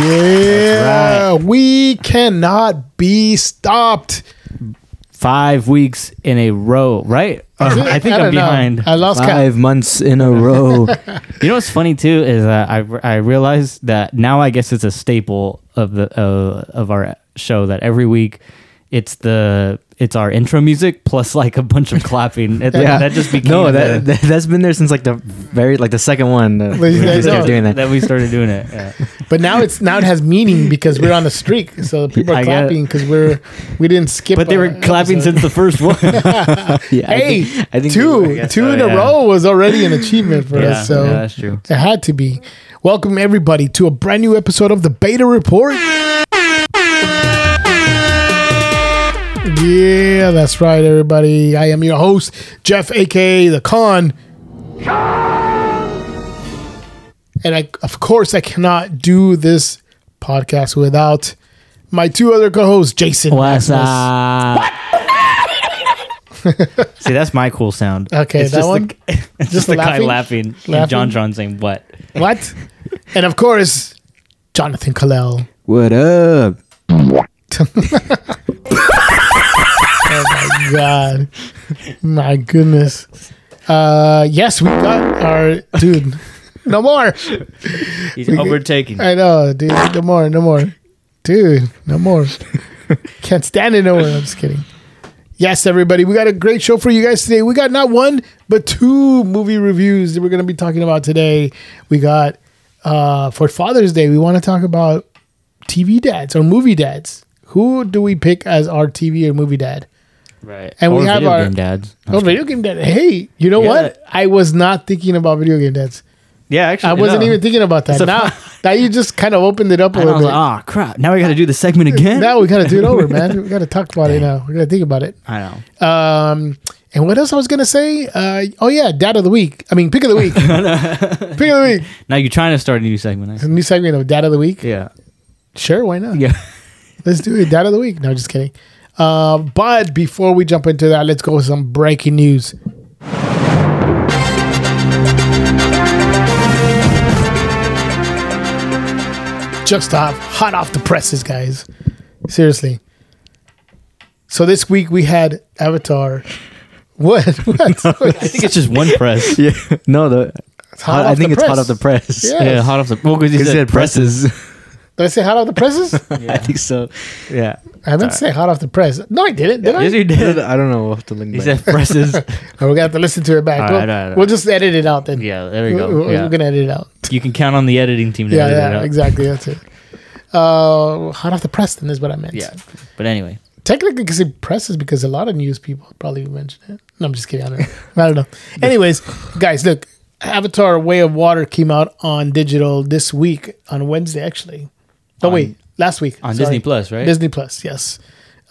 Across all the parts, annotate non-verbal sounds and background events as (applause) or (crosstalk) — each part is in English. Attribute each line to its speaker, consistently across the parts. Speaker 1: Yeah, we cannot be stopped.
Speaker 2: Five weeks in a row,
Speaker 1: (laughs)
Speaker 2: right? I think
Speaker 1: don't
Speaker 2: I'm
Speaker 1: know.
Speaker 2: behind.
Speaker 1: I lost count.
Speaker 3: Five months in
Speaker 1: (laughs)
Speaker 3: a row.
Speaker 2: You know what's funny too is uh, I I realized that now I guess it's a staple of the uh, of our show that every week it's the it's our intro music plus like a bunch of clapping. It- that just became
Speaker 3: no.
Speaker 2: the- (laughs)
Speaker 3: That, that has been there since like the very like the second one. that
Speaker 1: Like,
Speaker 3: we
Speaker 1: yeah,
Speaker 3: just
Speaker 1: I
Speaker 3: kept
Speaker 1: know.
Speaker 3: doing that.
Speaker 2: we started doing it. Yeah.
Speaker 1: But now it's now it has meaning because we're on a streak. So people
Speaker 2: I
Speaker 1: are
Speaker 2: get it.
Speaker 1: clapping because we're we didn't skip.
Speaker 2: But they
Speaker 1: a
Speaker 2: were clapping
Speaker 1: episode.
Speaker 2: since the first one.
Speaker 3: Yeah, I
Speaker 1: Hey,
Speaker 3: think- I think
Speaker 1: two
Speaker 3: guess
Speaker 1: two
Speaker 2: so,
Speaker 1: in a
Speaker 2: yeah.
Speaker 1: row was already an achievement for
Speaker 2: yeah,
Speaker 1: us. So
Speaker 2: yeah, that's true.
Speaker 1: It had to be. Welcome everybody to a brand new episode of the Beta Report. Yeah, that's right, everybody. I am your host, Jeff, aka the Con. And I, of course, I cannot do this podcast without my two other co-hosts, Jason.
Speaker 2: What's
Speaker 1: Maximus.
Speaker 2: up? (laughs) See, that's my cool sound.
Speaker 1: Okay,
Speaker 2: It's
Speaker 1: that
Speaker 2: just
Speaker 1: one?
Speaker 2: The, (laughs) it's just,
Speaker 1: Just
Speaker 2: the
Speaker 1: laughing?
Speaker 2: guy laughing,
Speaker 1: Laughing?
Speaker 2: and John John saying what?
Speaker 1: What? and of course, Jonathan Kalel.
Speaker 3: What up?
Speaker 1: God, my goodness. Uh, yes, we got our dude. No more.
Speaker 2: He's overtaking.
Speaker 1: I know, dude. No more. No more, dude. No more. Can't stand it no more. I'm just kidding. Yes, everybody, we got a great show for you guys today. We got not one but two movie reviews that we're going to be talking about today. We got uh, for Father's Day, we want to talk about TV dads or movie dads. Who do we pick as our TV or movie dad?
Speaker 2: Right.
Speaker 1: And we
Speaker 2: Or
Speaker 1: have
Speaker 2: video
Speaker 1: our-
Speaker 2: game dads.
Speaker 1: Oh, video game dad. Hey, you know
Speaker 2: Yeah.
Speaker 1: what? I was not thinking about video game dads.
Speaker 2: Yeah, actually,
Speaker 1: I wasn't
Speaker 2: no.
Speaker 1: even thinking about that.
Speaker 2: It's a-
Speaker 1: Now, now you just kind of opened it up a
Speaker 2: And I
Speaker 1: little
Speaker 2: was
Speaker 1: bit.
Speaker 2: like, oh crap! Now we got to do the segment again.
Speaker 1: now we gotta do it over,
Speaker 2: (laughs)
Speaker 1: man. We gotta talk about it now. We gotta think about it.
Speaker 2: I know.
Speaker 1: Um, and what else I was gonna say? Uh, oh yeah, dad of the week. I mean, pick of the
Speaker 2: (laughs)
Speaker 1: week. pick of the week.
Speaker 2: Now you're trying to start a new segment. I
Speaker 1: A
Speaker 2: see.
Speaker 1: new segment of dad of the week.
Speaker 2: Yeah.
Speaker 1: Sure, why not?
Speaker 2: Yeah. (laughs)
Speaker 1: Let's do it. Dad of the week. No, just kidding. Uh, but before we jump into that, let's go with some breaking news. Just off, hot off the presses, guys. Seriously. So this week we had Avatar. What? (laughs) What?
Speaker 2: (laughs) I think it's just one
Speaker 1: (laughs)
Speaker 2: press.
Speaker 3: Yeah, no, the
Speaker 1: hot
Speaker 3: I
Speaker 1: off
Speaker 3: think
Speaker 1: the
Speaker 3: it's hot
Speaker 1: press.
Speaker 3: off the press. (laughs)
Speaker 1: Yeah.
Speaker 2: Yeah, hot off the. Well, because he
Speaker 3: He
Speaker 2: said,
Speaker 3: said
Speaker 2: press.
Speaker 3: presses.
Speaker 1: Did I say hot off the presses?
Speaker 2: (laughs)
Speaker 3: (laughs) I think so.
Speaker 2: Yeah.
Speaker 1: I meant to say hot off the press. No, I didn't. Did I?
Speaker 2: Yes, he did.
Speaker 3: I don't know. We'll have to link
Speaker 2: He
Speaker 3: back.
Speaker 2: said presses.
Speaker 1: Oh, we're gonna have to listen to it back.
Speaker 2: All
Speaker 1: we'll,
Speaker 2: right, all right, all
Speaker 1: we'll
Speaker 2: right.
Speaker 1: just edit it out then.
Speaker 2: (laughs) Yeah, there we
Speaker 1: We're,
Speaker 2: go.
Speaker 1: we're-
Speaker 2: Yeah.
Speaker 1: we're gonna edit it out.
Speaker 2: You can count on the editing team to
Speaker 1: Yeah,
Speaker 2: edit it
Speaker 1: yeah,
Speaker 2: out.
Speaker 1: exactly. That's it. Uh, hot off the press then is what I meant.
Speaker 2: Yeah. But anyway,
Speaker 1: Technically, because it presses because a lot of news people probably mentioned it. No, I'm just kidding. I don't know. I don't know. (laughs) Anyways, guys, look, Avatar: Way of Water came out on digital this week on Wednesday, actually. Oh
Speaker 2: On-
Speaker 1: wait, last week
Speaker 2: on
Speaker 1: sorry.
Speaker 2: Disney Plus, right?
Speaker 1: Disney Plus, yes.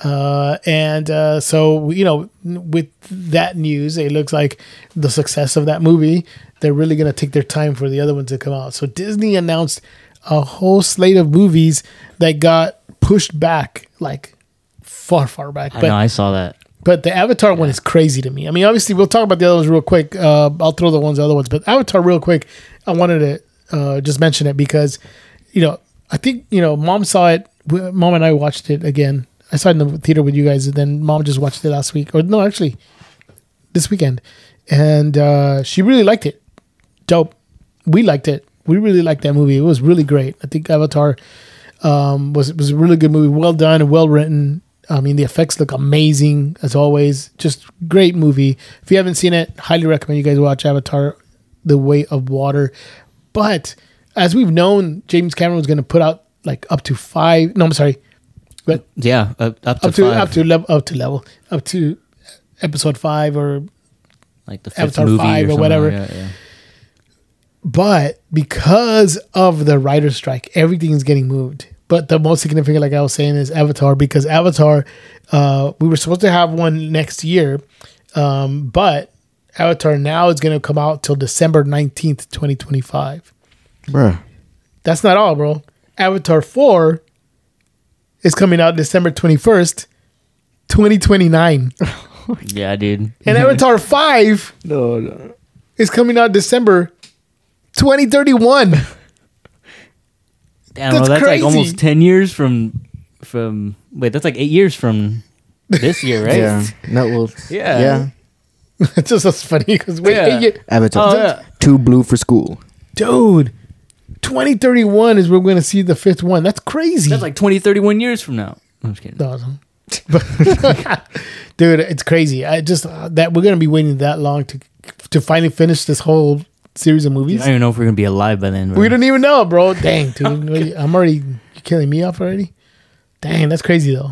Speaker 1: Uh, and uh, so you know, with that news, it looks like the success of that movie. They're really gonna take their time for the other ones to come out. So Disney announced a whole slate of movies that got pushed back, like far, far back.
Speaker 2: I
Speaker 1: but
Speaker 2: know. I saw that.
Speaker 1: but the Avatar one is crazy to me. I mean, obviously, we'll talk about the other ones real quick. Uh, I'll throw the ones, the other ones, but Avatar real quick. I wanted to uh, just mention it because, you know, I think you know, mom saw it. w- Mom and I watched it again. I saw it in the theater with you guys, and then mom just watched it last week, or no, actually, this weekend, and uh, she really liked it. Dope. We liked it. We really liked that movie. It was really great. I think Avatar um, was was a really good movie. Well done and well written. I mean, the effects look amazing as always. Just great movie. If you haven't seen it, highly recommend you guys watch Avatar: The Way of Water. But as we've known, James Cameron was going to put out like up to five. No, I'm sorry, but
Speaker 2: Yeah. Up, up to,
Speaker 1: up to
Speaker 2: five.
Speaker 1: up to level up to level up to episode five or
Speaker 2: like the fifth
Speaker 1: Avatar
Speaker 2: movie
Speaker 1: five or
Speaker 2: or, something
Speaker 1: whatever.
Speaker 2: Like that, yeah.
Speaker 1: but because of the writer's strike, everything's getting moved. But the most significant, like I was saying, is Avatar because Avatar, uh, we were supposed to have one next year, um, but Avatar now is going to come out till December 19th, 2025.
Speaker 3: Bruh.
Speaker 1: That's not all, bro. Avatar 4 is coming out December 21st,
Speaker 3: (laughs)
Speaker 1: 2029.
Speaker 2: (laughs) Yeah, dude.
Speaker 1: And Avatar 5
Speaker 3: No, no.
Speaker 1: is coming out December 2031.
Speaker 2: I don't know,
Speaker 1: That's
Speaker 2: that's like
Speaker 1: crazy.
Speaker 2: almost ten years from from wait, that's like eight years from this
Speaker 1: (laughs)
Speaker 2: year, right?
Speaker 3: Yeah. No, well,
Speaker 2: Yeah.
Speaker 3: yeah.
Speaker 1: it's just that's funny because wait,
Speaker 2: Yeah.
Speaker 1: yeah.
Speaker 3: Avatar.
Speaker 2: Oh, yeah.
Speaker 3: Too blue for school.
Speaker 1: dude, twenty thirty one is we're going to see the fifth one. That's crazy.
Speaker 2: That's like 20, 31 years from now. I'm just kidding.
Speaker 1: No, (laughs) no. dude, it's crazy. I just uh, that we're gonna be waiting that long to to finally finish this whole series of
Speaker 2: I
Speaker 1: movies.
Speaker 2: don't even know if we're gonna be alive by then. bro.
Speaker 1: We don't even know,
Speaker 2: (laughs)
Speaker 1: bro. Dang, dude, I'm already you killing me off already. Dang, that's crazy though.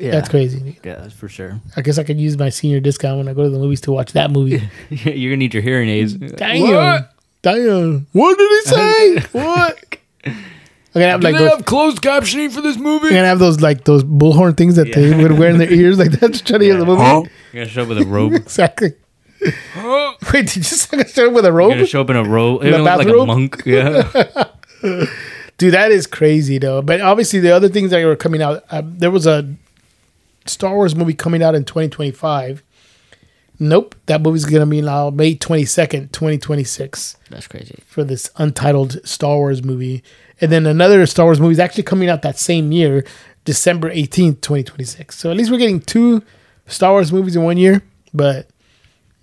Speaker 2: yeah.
Speaker 1: That's crazy.
Speaker 2: Yeah, that's for sure. (laughs)
Speaker 1: I guess I could use my senior discount when I go to the movies to watch that
Speaker 2: (laughs)
Speaker 1: movie.
Speaker 2: You're gonna need your hearing aids.
Speaker 1: Damn,
Speaker 2: What?
Speaker 1: damn. What did
Speaker 2: (laughs)
Speaker 1: he say? what? I'm gonna have like those,
Speaker 2: closed captioning for this movie?
Speaker 1: I'm gonna have those like those bullhorn things that they would wear in their ears like that to try to hear the movie.
Speaker 2: You're gonna show up with
Speaker 1: (laughs)
Speaker 2: a robe.
Speaker 1: Exactly.
Speaker 2: You're
Speaker 1: Wait, did you just start with a robe?
Speaker 2: gonna show up in a robe. You're
Speaker 1: a
Speaker 2: gonna look like a
Speaker 1: bathrobe?
Speaker 2: monk.
Speaker 1: (laughs)
Speaker 2: Yeah.
Speaker 1: Dude, that is crazy though. But obviously, the other things that were coming out, uh, there was a Star Wars movie coming out in 2025. Nope, that movie's gonna be now May 22nd, 2026,
Speaker 2: that's crazy.
Speaker 1: for this untitled Star Wars movie. And then another Star Wars movie is actually coming out that same year, December 18th, 2026. So at least we're getting two Star Wars movies in one year. But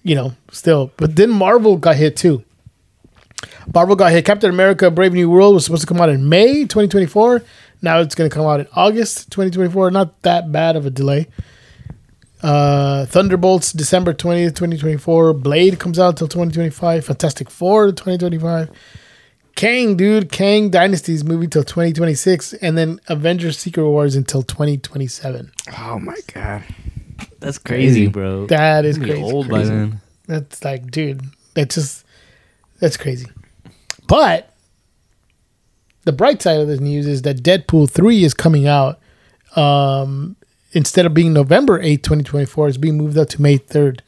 Speaker 1: you know, still. But then Marvel got hit too. Marvel got hit. Captain America: Brave New World was supposed to come out in May 2024. Now it's going to come out in August 2024. Not that bad of a delay. Uh, Thunderbolts December 20th, 2024. Blade comes out till 2025. Fantastic Four 2025. Kang, dude, Kang Dynasty's movie till 2026, and then Avengers: Secret Wars until 2027.
Speaker 3: Oh my god.
Speaker 2: That's crazy,
Speaker 3: Crazy.
Speaker 2: bro.
Speaker 1: That is
Speaker 2: You're gonna
Speaker 1: crazy.
Speaker 2: be old
Speaker 1: crazy.
Speaker 2: by then.
Speaker 1: That's like, dude, that's just that's crazy. But the bright side of this news is that Deadpool three is coming out. Um, instead of being November eighth, twenty twenty four, it's being moved up to May third,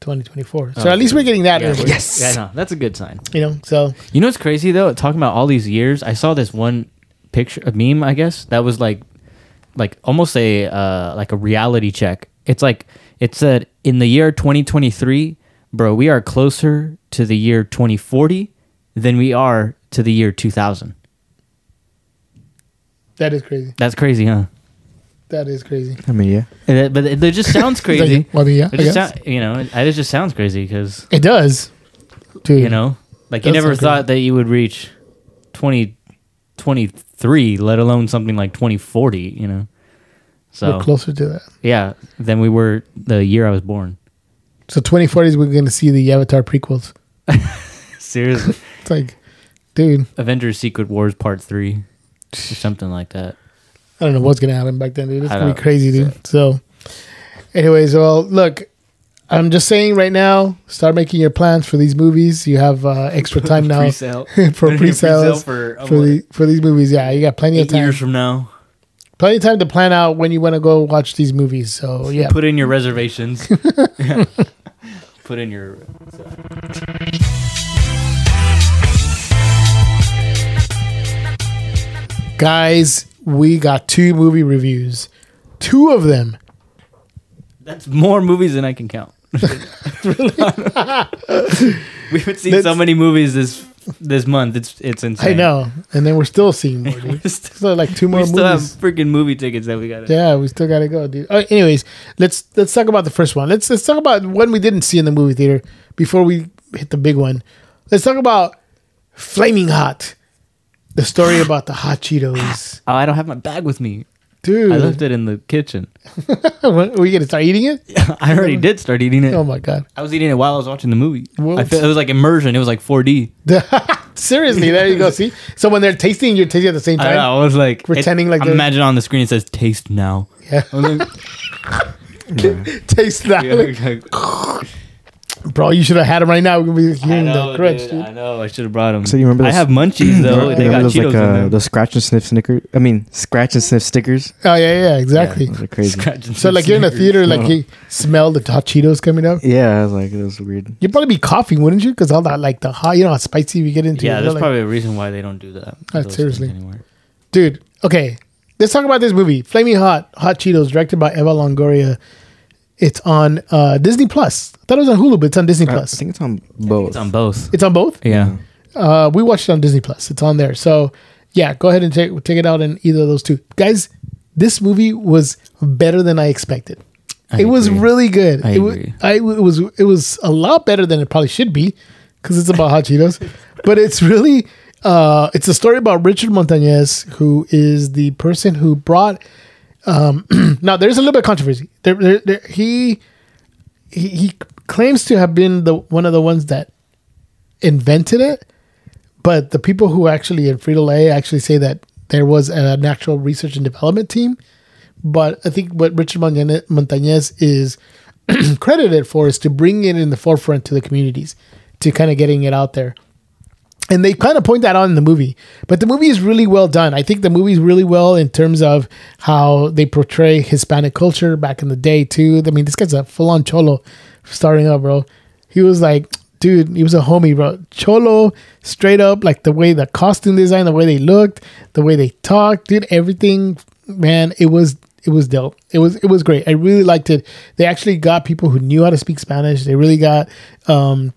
Speaker 1: twenty twenty four. So
Speaker 2: Oh,
Speaker 1: at least we're getting that.
Speaker 2: Yeah,
Speaker 1: early,
Speaker 3: Yes.
Speaker 2: Yeah, no, that's a good sign.
Speaker 1: You know, so
Speaker 2: You know what's crazy though? Talking about all these years, I saw this one picture, a meme, I guess, that was like, like almost a uh, like a reality check. It's like it said in the year 2023, bro, we are closer to the year 2040 than we are to the year 2000.
Speaker 1: that is crazy.
Speaker 2: That's crazy, huh?
Speaker 1: That is crazy.
Speaker 3: I mean, yeah.
Speaker 2: And it- But it, it
Speaker 1: (laughs)
Speaker 2: just sounds crazy.
Speaker 1: Well, yeah, I
Speaker 2: It just
Speaker 1: guess.
Speaker 2: sou- you know, it, it just sounds crazy because
Speaker 1: it does. Dude,
Speaker 2: you know, like you
Speaker 1: That's
Speaker 2: never
Speaker 1: so crazy.
Speaker 2: thought that you would reach 20, 23, let alone something like twenty forty. You know, so
Speaker 1: we're closer to that.
Speaker 2: yeah, than we were the year I was born.
Speaker 1: So twenty forties, we're going to see the Avatar prequels.
Speaker 2: (laughs) Seriously,
Speaker 1: It's like, dude,
Speaker 2: (laughs) Avengers: Secret Wars Part Three, or something like that.
Speaker 1: I don't know what's gonna happen back then, dude. It's
Speaker 2: I
Speaker 1: gonna be
Speaker 2: don't-
Speaker 1: crazy, dude. So, anyways, well, look, I'm just saying right now, start making your plans for these movies. You have uh,
Speaker 2: (laughs)
Speaker 1: extra time now
Speaker 2: Pre-sale.
Speaker 1: (laughs) for pre-sales for,
Speaker 2: for, uh, what,
Speaker 1: the, for these movies. Yeah, you got plenty of
Speaker 2: eight
Speaker 1: time,
Speaker 2: years from now.
Speaker 1: plenty of time to plan out when you want to go watch these movies. So yeah,
Speaker 2: Put in
Speaker 1: (laughs)
Speaker 2: your reservations. (laughs) Put in your.
Speaker 1: guys, we got two movie reviews. Two of them.
Speaker 2: That's more movies than I can count. (laughs)
Speaker 1: (laughs)
Speaker 2: we haven't seen so
Speaker 1: That's-
Speaker 2: many movies this this month. It's it's insane.
Speaker 1: I know, and then we're still seeing more. Dude.
Speaker 2: (laughs) We st-
Speaker 1: Still like two more
Speaker 2: we still have
Speaker 1: movies.
Speaker 2: freaking movie tickets that we got. to
Speaker 1: Yeah, we still gotta go, dude. All right, anyways, let's let's talk about the first one. Let's let's talk about one we didn't see in the movie theater before we hit the big one. Let's talk about Flaming Hot, the story about the hot
Speaker 2: (sighs)
Speaker 1: Cheetos,
Speaker 2: Oh, I don't have my bag with me.
Speaker 1: dude.
Speaker 2: I left it in the kitchen. (laughs)
Speaker 1: (laughs) What, are we gonna start eating it?
Speaker 2: I already did start eating it.
Speaker 1: Oh my god! (laughs)
Speaker 2: I was eating it while I was watching the movie.
Speaker 1: What?
Speaker 2: I feel, it was like immersion. It was like 4D.
Speaker 1: Seriously, there
Speaker 2: (laughs)
Speaker 1: you go. See, so when they're tasting, you're tasting at the same
Speaker 2: I,
Speaker 1: time.
Speaker 2: know, I was like
Speaker 1: Pretending
Speaker 2: it,
Speaker 1: like
Speaker 2: I
Speaker 1: they're-
Speaker 2: imagine on the screen it says taste now.
Speaker 1: Yeah,
Speaker 2: (laughs) I was like,
Speaker 1: (laughs) taste that, (laughs)
Speaker 2: yeah, okay.
Speaker 1: bro. You should have had them right now. We're gonna be
Speaker 2: I
Speaker 1: hearing
Speaker 2: know,
Speaker 1: the crunch,
Speaker 2: dude,
Speaker 1: dude.
Speaker 2: I know. I should have brought them.
Speaker 3: So you remember
Speaker 2: I
Speaker 3: those-
Speaker 2: have munchies though. they got
Speaker 3: Remember
Speaker 2: Cheetos
Speaker 3: those like
Speaker 2: in
Speaker 3: uh,
Speaker 2: there.
Speaker 3: those scratch and sniff snickers. I mean, scratch and sniff stickers.
Speaker 1: Oh yeah, yeah, exactly.
Speaker 3: Yeah, those are crazy.
Speaker 2: Scratch and
Speaker 1: so like
Speaker 2: (laughs)
Speaker 1: you're in the theater,
Speaker 2: snickers.
Speaker 1: like you smell the hot Cheetos coming up.
Speaker 3: Yeah, I was like, those are weird.
Speaker 1: You'd probably be coughing, wouldn't you? Because all that, like the hot, you know how spicy we get into.
Speaker 2: Yeah,
Speaker 1: you know,
Speaker 2: there's
Speaker 1: like-
Speaker 2: probably a reason why they don't do that.
Speaker 1: Uh,
Speaker 2: those things
Speaker 1: seriously.
Speaker 2: anymore.
Speaker 1: dude. Okay, let's talk about this movie, Flaming Hot, Hot Cheetos, directed by Eva Longoria. It's on uh, Disney Plus. I thought it was on Hulu, but it's on
Speaker 2: Uh,
Speaker 1: Disney
Speaker 3: I
Speaker 1: Plus.
Speaker 3: think it's on both.
Speaker 2: It's on both.
Speaker 1: it's on both.
Speaker 2: Yeah.
Speaker 1: Uh, we watched it on Disney Plus. It's on there. So yeah, go ahead and take take it out in either of those two. Guys, this movie was better than I expected. it was
Speaker 2: agree.
Speaker 1: really good.
Speaker 2: I
Speaker 1: it, wa-
Speaker 2: agree.
Speaker 1: I- it was it was a lot better than it probably should be because it's about hot
Speaker 2: (laughs)
Speaker 1: Cheetos, but it's really uh, it's a story about Richard Montañez, who is the person who brought. Um, (clears throat) now there's a little bit of controversy. There, there, there, he, he he claims to have been the one of the ones that invented it, but the people who actually in Frito Lay actually say that there was an actual research and development team. But I think what Richard Montañez Montañez is (clears throat) credited for is to bring it in the forefront to the communities, to kind of getting it out there. And they kind of point that out in the movie, but the movie is really well done. I think the movie is really well in terms of how they portray Hispanic culture back in the day too. I mean, this guy's a full-on cholo, starting up, bro. He was like, dude, he was a homie, bro. Cholo, straight up, like the way the costume design, the way they looked, the way they talked, dude, everything, man, it was it was dope. It was it was great. I really liked it. They actually got people who knew how to speak Spanish. They really got um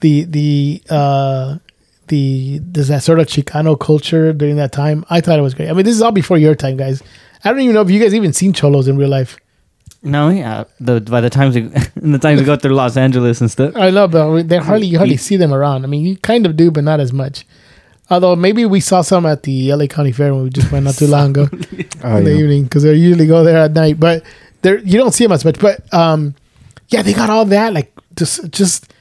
Speaker 1: the the uh the there's that sort of Chicano culture during that time. I thought it was great. I mean, this is all before your time, guys. I don't even know if you guys even seen cholos in real life.
Speaker 2: No, yeah. The, by the times we, (laughs) the times we go through Los Angeles and stuff,
Speaker 1: I know, but they hardly you hardly see them around. I mean, you kind of do, but not as much. Although maybe we saw some at the LA County Fair when we just went not too long (laughs) ago.
Speaker 3: Oh,
Speaker 1: in the
Speaker 3: yeah.
Speaker 1: evening because they usually go there at night. But there you don't see them as much. But um, yeah, they got all that like just just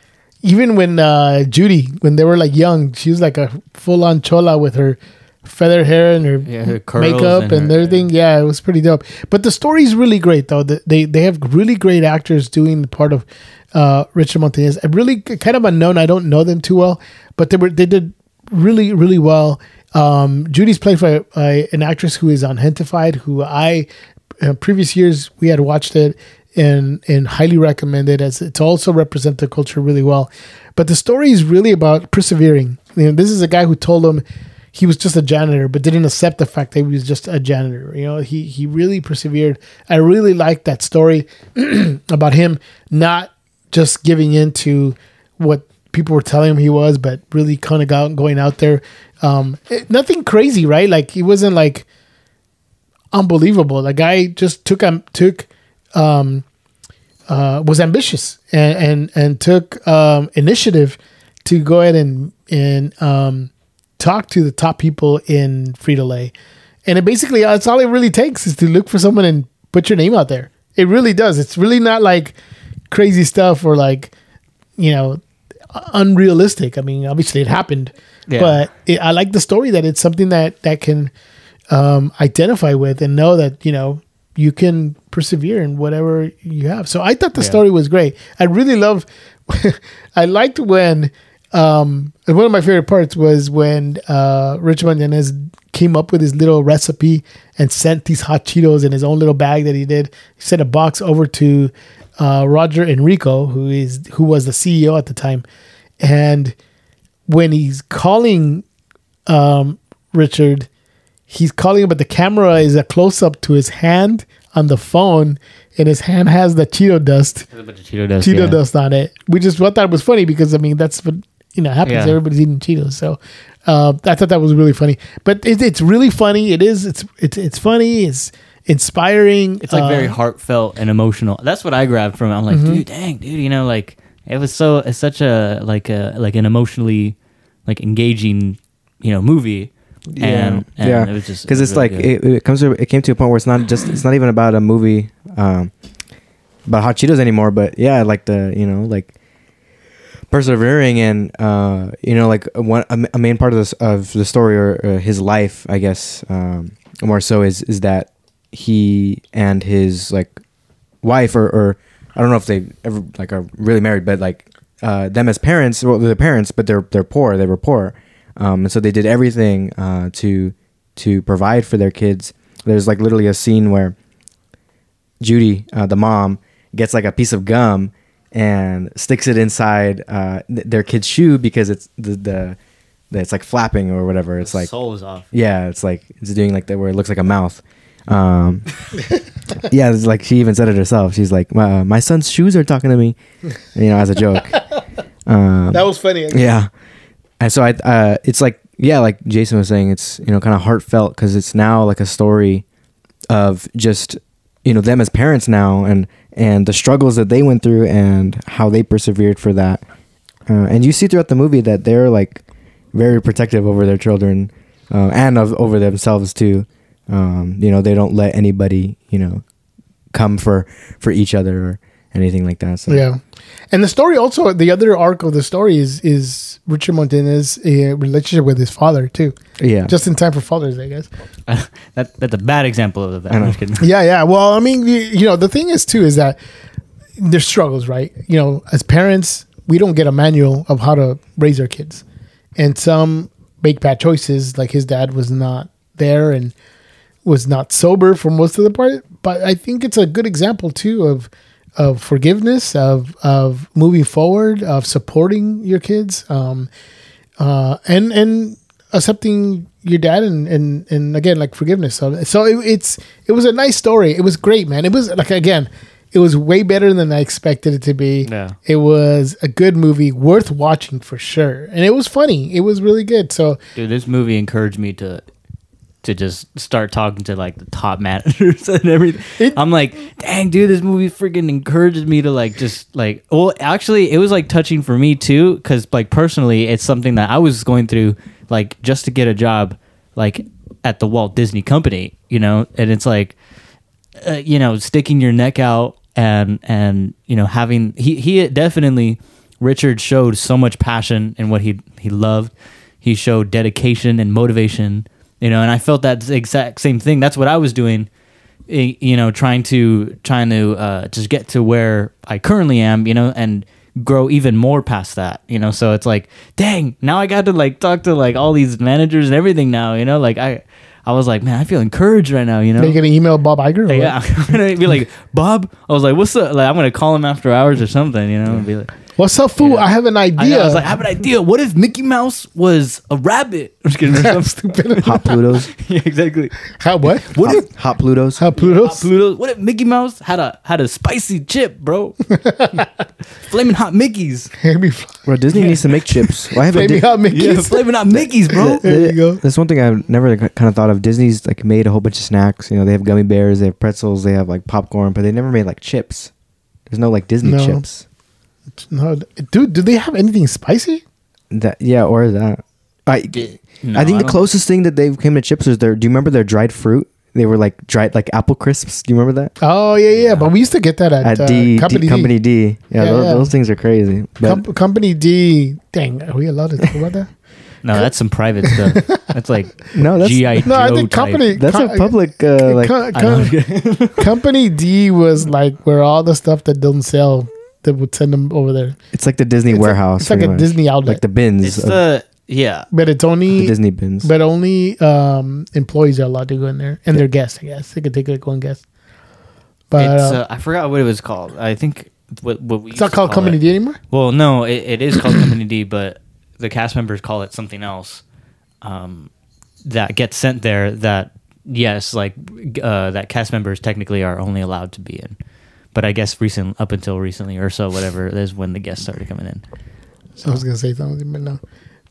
Speaker 1: even when uh, Judy when they were like young, she was like a full on chola with her feather hair and her,
Speaker 2: Yeah, her curls
Speaker 1: Uh, makeup and,
Speaker 2: and her-
Speaker 1: everything. Yeah, it was pretty dope. But the story's really great though. The- They they have really great actors doing the part of uh, Richard Montanez. A really k- kind of unknown. I don't know them too well, but they were they did really really well. Um, Judy's played by uh, an actress who is on Hentified, who I uh, previous years we had watched it and and highly recommended as it's also represent the culture really well. But the story is really about persevering. You know, this is a guy who told him he was just a janitor, but didn't accept the fact that he was just a janitor. You know, he he really persevered. I really liked that story (clears throat) about him not just giving in to what people were telling him he was, but really kind of out, going out there. Um, it- nothing crazy, right? Like he wasn't like unbelievable. The guy just took um, took um, uh, was ambitious and and, and took um, initiative to go ahead and and um, talk to the top people in Frito Lay, and it basically uh, that's all it really takes is to look for someone and put your name out there. It really does. It's really not like crazy stuff or like you know unrealistic. I mean, obviously it happened,
Speaker 2: Yeah.
Speaker 1: but it, I like the story that it's something that that can um, identify with and know that you know you can persevere in whatever you have. So I thought the
Speaker 2: Yeah.
Speaker 1: story was great. I really love. (laughs) I liked when um, and one of my favorite parts was when uh, Rich Montanez came up with his little recipe and sent these hot Cheetos in his own little bag that he did. He sent a box over to uh, Roger Enrico, who is who was the CEO at the time, and when he's calling um, Richard, he's calling him, but the camera is a close up to his hand on the phone, and his hand has the Cheeto dust,
Speaker 2: Cheeto dust.
Speaker 1: Cheeto
Speaker 2: yeah.
Speaker 1: dust on it. We just thought that was funny because I mean that's what you know happens.
Speaker 2: Yeah.
Speaker 1: Everybody's eating Cheetos, so uh, I thought that was really funny. But it, it's really funny. It is. It's it's it's funny. It's inspiring.
Speaker 2: It's like
Speaker 1: Uh, Mm-hmm.
Speaker 2: very heartfelt and emotional. That's what I grabbed from it. I'm like, dude, dang, dude, you know, like it was so it's such a like a like an emotionally like engaging, you know, movie. And, and
Speaker 3: yeah,
Speaker 2: it was just
Speaker 3: because
Speaker 2: it
Speaker 3: it's
Speaker 2: was really
Speaker 3: like
Speaker 2: good.
Speaker 3: it, it comes to it came to a point where it's not just it's not even about a movie um about hot cheetos anymore but yeah like the you know like persevering and uh you know like one a ma- a main part of this of the story or uh, his life i guess um more so is is that he and his like wife or or i don't know if they ever like are really married but like uh them as parents well they're parents but they're they're poor they were poor um and so they did everything uh to to provide for their kids. There's like literally a scene where Judy, uh, the mom, gets like a piece of gum and sticks it inside uh, th- their kid's shoe because it's the, the the it's like flapping or whatever. It's like
Speaker 2: soul was off.
Speaker 3: yeah, it's like it's doing like that where it looks like a mouth. Um, yeah, it's like she even said it herself. She's like, my, uh, my son's shoes are talking to me, you know, as a joke. Um,
Speaker 1: that was funny.
Speaker 3: yeah. And so I, uh, it's like yeah, like Jason was saying, it's you know kind of heartfelt because it's now like a story of just you know them as parents now and and the struggles that they went through and how they persevered for that. Uh, and you see throughout the movie that they're like very protective over their children uh, and of over themselves too. Um, you know, they don't let anybody you know come for for each other or anything like that. So
Speaker 1: Yeah, and the story also the other arc of the story is is Richard Montanez's uh, relationship with his father too.
Speaker 3: yeah,
Speaker 1: Just in time for Father's Day, guys.
Speaker 2: (laughs) that that's a bad example of that.
Speaker 3: I know.
Speaker 2: I'm just kidding.
Speaker 1: Yeah, yeah. Well, I mean, you, you know, the thing is too is that there's struggles, right? You know, as parents, we don't get a manual of how to raise our kids, and some make bad choices. Like his dad was not there and was not sober for most of the part. But I think it's a good example too of of forgiveness, of of moving forward, of supporting your kids, um, uh, and and accepting your dad and and and again like forgiveness. So so it, it's it was a nice story. It was great, man. It was like again. It was way better than I expected it to be.
Speaker 2: Yeah.
Speaker 1: It was a good movie, worth watching for sure. And it was funny. It was really good. So
Speaker 2: Dude, this movie encouraged me to to just start talking to like the top (laughs) managers and everything.
Speaker 1: It-
Speaker 2: I'm like, dang, dude, this movie freaking encourages me to like just like. Well, actually, it was like touching for me too, because like personally, it's something that I was going through, like just to get a job, like at the Walt Disney Company, you know, and it's like, uh, you know, sticking your neck out and and you know having he he definitely Richard showed so much passion in what he he loved. He showed dedication and motivation, you know, and I felt that exact same thing. That's what I was doing, eh, you know, trying to trying to uh, just get to where I currently am, you know, and grow even more past that, you know. So it's like, dang, now I got to like talk to like all these managers and everything now, you know. Like I, I was like, man, I feel encouraged right now, you know.
Speaker 1: are you gonna email Bob Iger? or what?
Speaker 2: Yeah, (laughs) I'm gonna be like, Bob. I was like, what's up? Like, I'm gonna call him after hours or something, you know, and be like,
Speaker 1: What's up, fool?
Speaker 2: Yeah.
Speaker 1: I have an
Speaker 2: I, know,
Speaker 1: idea.
Speaker 2: I was like, I have an idea. What if Mickey Mouse was a rabbit? (laughs) I'm just
Speaker 1: (laughs)
Speaker 2: kidding.
Speaker 1: I'm (laughs) stupid.
Speaker 3: hot Pluto's,
Speaker 2: yeah, exactly.
Speaker 1: How (laughs)
Speaker 2: (laughs)
Speaker 1: what? (laughs)
Speaker 2: What
Speaker 3: hot,
Speaker 2: if
Speaker 3: hot Pluto's.
Speaker 1: How Pluto's?
Speaker 2: Pluto? What if Mickey Mouse had a had a spicy
Speaker 1: (laughs)
Speaker 2: chip, bro? Flaming hot Mickey's.
Speaker 1: Hand me
Speaker 2: (laughs)
Speaker 1: fly.
Speaker 3: Bro, Disney needs
Speaker 1: (laughs)
Speaker 3: to make chips. Why have a
Speaker 1: Hand me
Speaker 3: Di-
Speaker 1: out, Mickey.
Speaker 2: Yeah, (laughs) flaming hot Mickey's,
Speaker 1: (laughs)
Speaker 2: bro.
Speaker 1: There you go.
Speaker 3: That's one thing I've never kind of thought of. Disney's like made a whole bunch of snacks. You know, they have gummy bears, they have pretzels, they have like popcorn, but they never made like chips. There's no like Disney
Speaker 1: No.
Speaker 3: chips.
Speaker 1: No, dude, do they have anything spicy?
Speaker 3: That yeah, or that.
Speaker 2: No,
Speaker 3: I I think the
Speaker 2: don't-
Speaker 3: closest thing that they came to chips is their. Do you remember their dried fruit? They were like dried like apple crisps. Do you remember that?
Speaker 1: Oh yeah, yeah. But we used to get that at,
Speaker 3: At
Speaker 1: uh,
Speaker 3: D, D-
Speaker 1: Company D.
Speaker 3: Company D. Yeah,
Speaker 1: Yeah,
Speaker 3: those,
Speaker 1: yeah.
Speaker 3: those things are crazy. But
Speaker 1: Com- Company D. Dang, are we allowed to talk about that?
Speaker 2: No, that's some private stuff. That's like
Speaker 3: no, that's
Speaker 2: GI
Speaker 1: (laughs) no, I
Speaker 2: Joe
Speaker 1: think
Speaker 2: type.
Speaker 1: Company.
Speaker 3: that's
Speaker 1: co-
Speaker 3: a public uh, like
Speaker 1: co-
Speaker 2: I know.
Speaker 1: co- (laughs)
Speaker 3: (laughs)
Speaker 1: company D was like where all the stuff that don't sell that would send them over there.
Speaker 3: it's like the Disney
Speaker 1: It's like-
Speaker 3: warehouse.
Speaker 1: it's like
Speaker 3: pretty
Speaker 1: a
Speaker 3: much.
Speaker 1: Disney outlet.
Speaker 3: like the bins.
Speaker 2: It's
Speaker 3: of
Speaker 2: the yeah.
Speaker 1: but it's
Speaker 3: the
Speaker 1: only
Speaker 3: Disney bins.
Speaker 1: but only um, employees are allowed to go in there and their guests. I guess they could take like one guest. But
Speaker 2: it's,
Speaker 1: uh,
Speaker 2: uh, I forgot what it was called. I think what what we
Speaker 1: It's
Speaker 2: used
Speaker 1: not
Speaker 2: to
Speaker 1: called
Speaker 2: call
Speaker 1: Company
Speaker 2: it.
Speaker 1: D anymore.
Speaker 2: Well, no, it, it is called Company D, but the cast members call it something else. Um, that gets sent there. That yes, like uh, that cast members technically are only allowed to be in. But I guess recent up until recently or so, whatever, is when the guests started coming in.
Speaker 1: I was gonna say something, but no.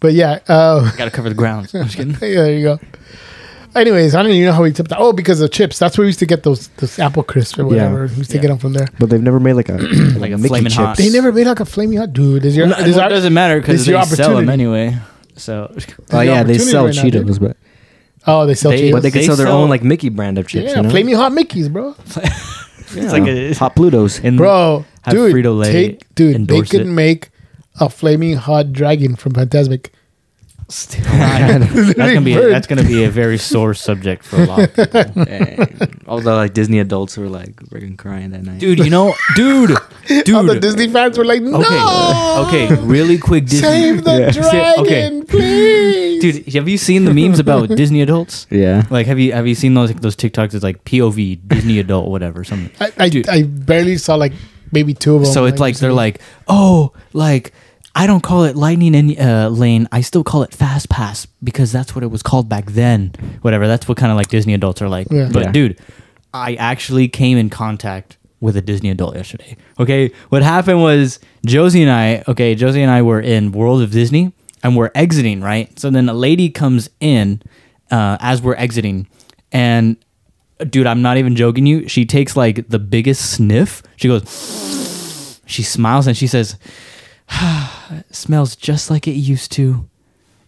Speaker 1: But yeah, uh,
Speaker 2: Got to cover
Speaker 1: (laughs)
Speaker 2: the ground. I'm just kidding.
Speaker 1: there you go. Anyways, I don't even know how we tipped that. Oh, because of chips. That's where we used to get those those apple crisps or whatever. We used to
Speaker 2: Yeah.
Speaker 1: get them from there.
Speaker 3: But they've never made like a
Speaker 2: (clears throat) Like
Speaker 3: like
Speaker 2: a
Speaker 3: a Mickey
Speaker 2: flaming
Speaker 3: chips.
Speaker 2: hot.
Speaker 1: They never made like a flaming hot dude. Is your
Speaker 2: No,
Speaker 1: is
Speaker 2: well,
Speaker 1: our-
Speaker 2: it doesn't matter
Speaker 1: this is
Speaker 2: because
Speaker 1: your
Speaker 2: they sell them
Speaker 1: opportunity.
Speaker 2: anyway. So
Speaker 3: Oh
Speaker 1: There's
Speaker 3: yeah,
Speaker 1: no
Speaker 3: they
Speaker 1: opportunity
Speaker 3: sell
Speaker 1: right now,
Speaker 3: Cheetos,
Speaker 1: dude.
Speaker 3: but
Speaker 1: Oh, they sell
Speaker 2: They-
Speaker 1: Cheetos.
Speaker 3: but they can
Speaker 2: They
Speaker 3: sell their
Speaker 2: sell-
Speaker 3: own like Mickey brand of chips.
Speaker 1: yeah,
Speaker 3: you know?
Speaker 1: flaming hot Mickeys, bro.
Speaker 2: it's like a
Speaker 3: hot Plutos.
Speaker 2: (laughs) in-
Speaker 1: Bro,
Speaker 2: Mm. Have
Speaker 1: dude,
Speaker 2: Frito-Lay
Speaker 1: take, dude, they
Speaker 2: endorse
Speaker 1: could
Speaker 2: it.
Speaker 1: make a flaming hot dragon from Fantasmic.
Speaker 2: Still, (laughs) that's gonna be
Speaker 1: Bird.
Speaker 2: that's gonna be a very sore subject for a lot of people.
Speaker 3: (laughs) all the like Disney adults were like freaking crying that night.
Speaker 2: dude. You know,
Speaker 1: (laughs)
Speaker 2: dude, dude.
Speaker 1: All the Disney fans were like, "No,
Speaker 2: okay, okay, really quick, Disney.
Speaker 1: save the
Speaker 2: (laughs)
Speaker 3: Yeah.
Speaker 1: dragon,
Speaker 2: Okay.
Speaker 1: please."
Speaker 2: dude. Have you seen the memes about Disney adults?
Speaker 3: Yeah.
Speaker 2: Like, have you have you seen those like, those TikToks? It's like POV Disney adult, whatever, something.
Speaker 1: I, I,
Speaker 2: Dude.
Speaker 1: I barely saw like maybe two of them.
Speaker 2: So it's like they're
Speaker 1: recently.
Speaker 2: like, oh, like I don't call it lightning in, uh, lane. I still call it fast pass because that's what it was called back then. Whatever. That's what kind of like Disney adults are like.
Speaker 1: Yeah.
Speaker 2: But
Speaker 3: Yeah.
Speaker 2: dude, I actually came in contact with a Disney adult yesterday. Okay, what happened was Josie and I. Okay, Josie and I were in World of Disney. and we're exiting, right? So then a lady comes in uh, as we're exiting, and dude, I'm not even joking you. She takes like the biggest sniff. She goes, she smiles and she says, (sighs) smells just like it used to.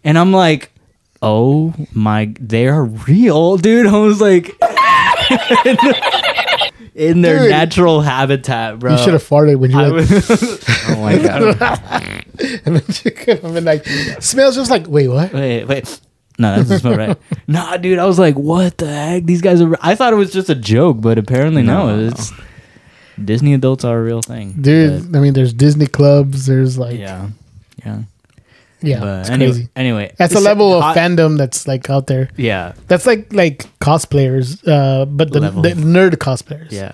Speaker 2: And I'm like, oh my, they are real, dude. (laughs) I was like, in their
Speaker 1: Dude.
Speaker 2: natural habitat, bro.
Speaker 1: You should have farted when you
Speaker 2: (laughs) I
Speaker 1: were like,
Speaker 2: (laughs) was- oh my god!
Speaker 1: (laughs) and then you could have been like, smells just like, wait, what?
Speaker 2: Wait, wait. No, that doesn't smell right.
Speaker 1: (laughs)
Speaker 2: Nah, dude, I was like, what the heck? These guys are. I thought it was just a joke, but apparently no.
Speaker 3: No.
Speaker 2: It's Disney adults are a real thing,
Speaker 1: Dude, I mean, there's Disney clubs. There's
Speaker 2: But,
Speaker 1: like, yeah,
Speaker 2: yeah, yeah.
Speaker 1: it's
Speaker 2: anyway,
Speaker 1: crazy.
Speaker 2: anyway,
Speaker 1: That's a level of
Speaker 2: hot-
Speaker 1: fandom that's like out there.
Speaker 2: Yeah,
Speaker 1: That's like like cosplayers, uh, but the,
Speaker 2: Level.
Speaker 1: the nerd cosplayers.
Speaker 2: yeah.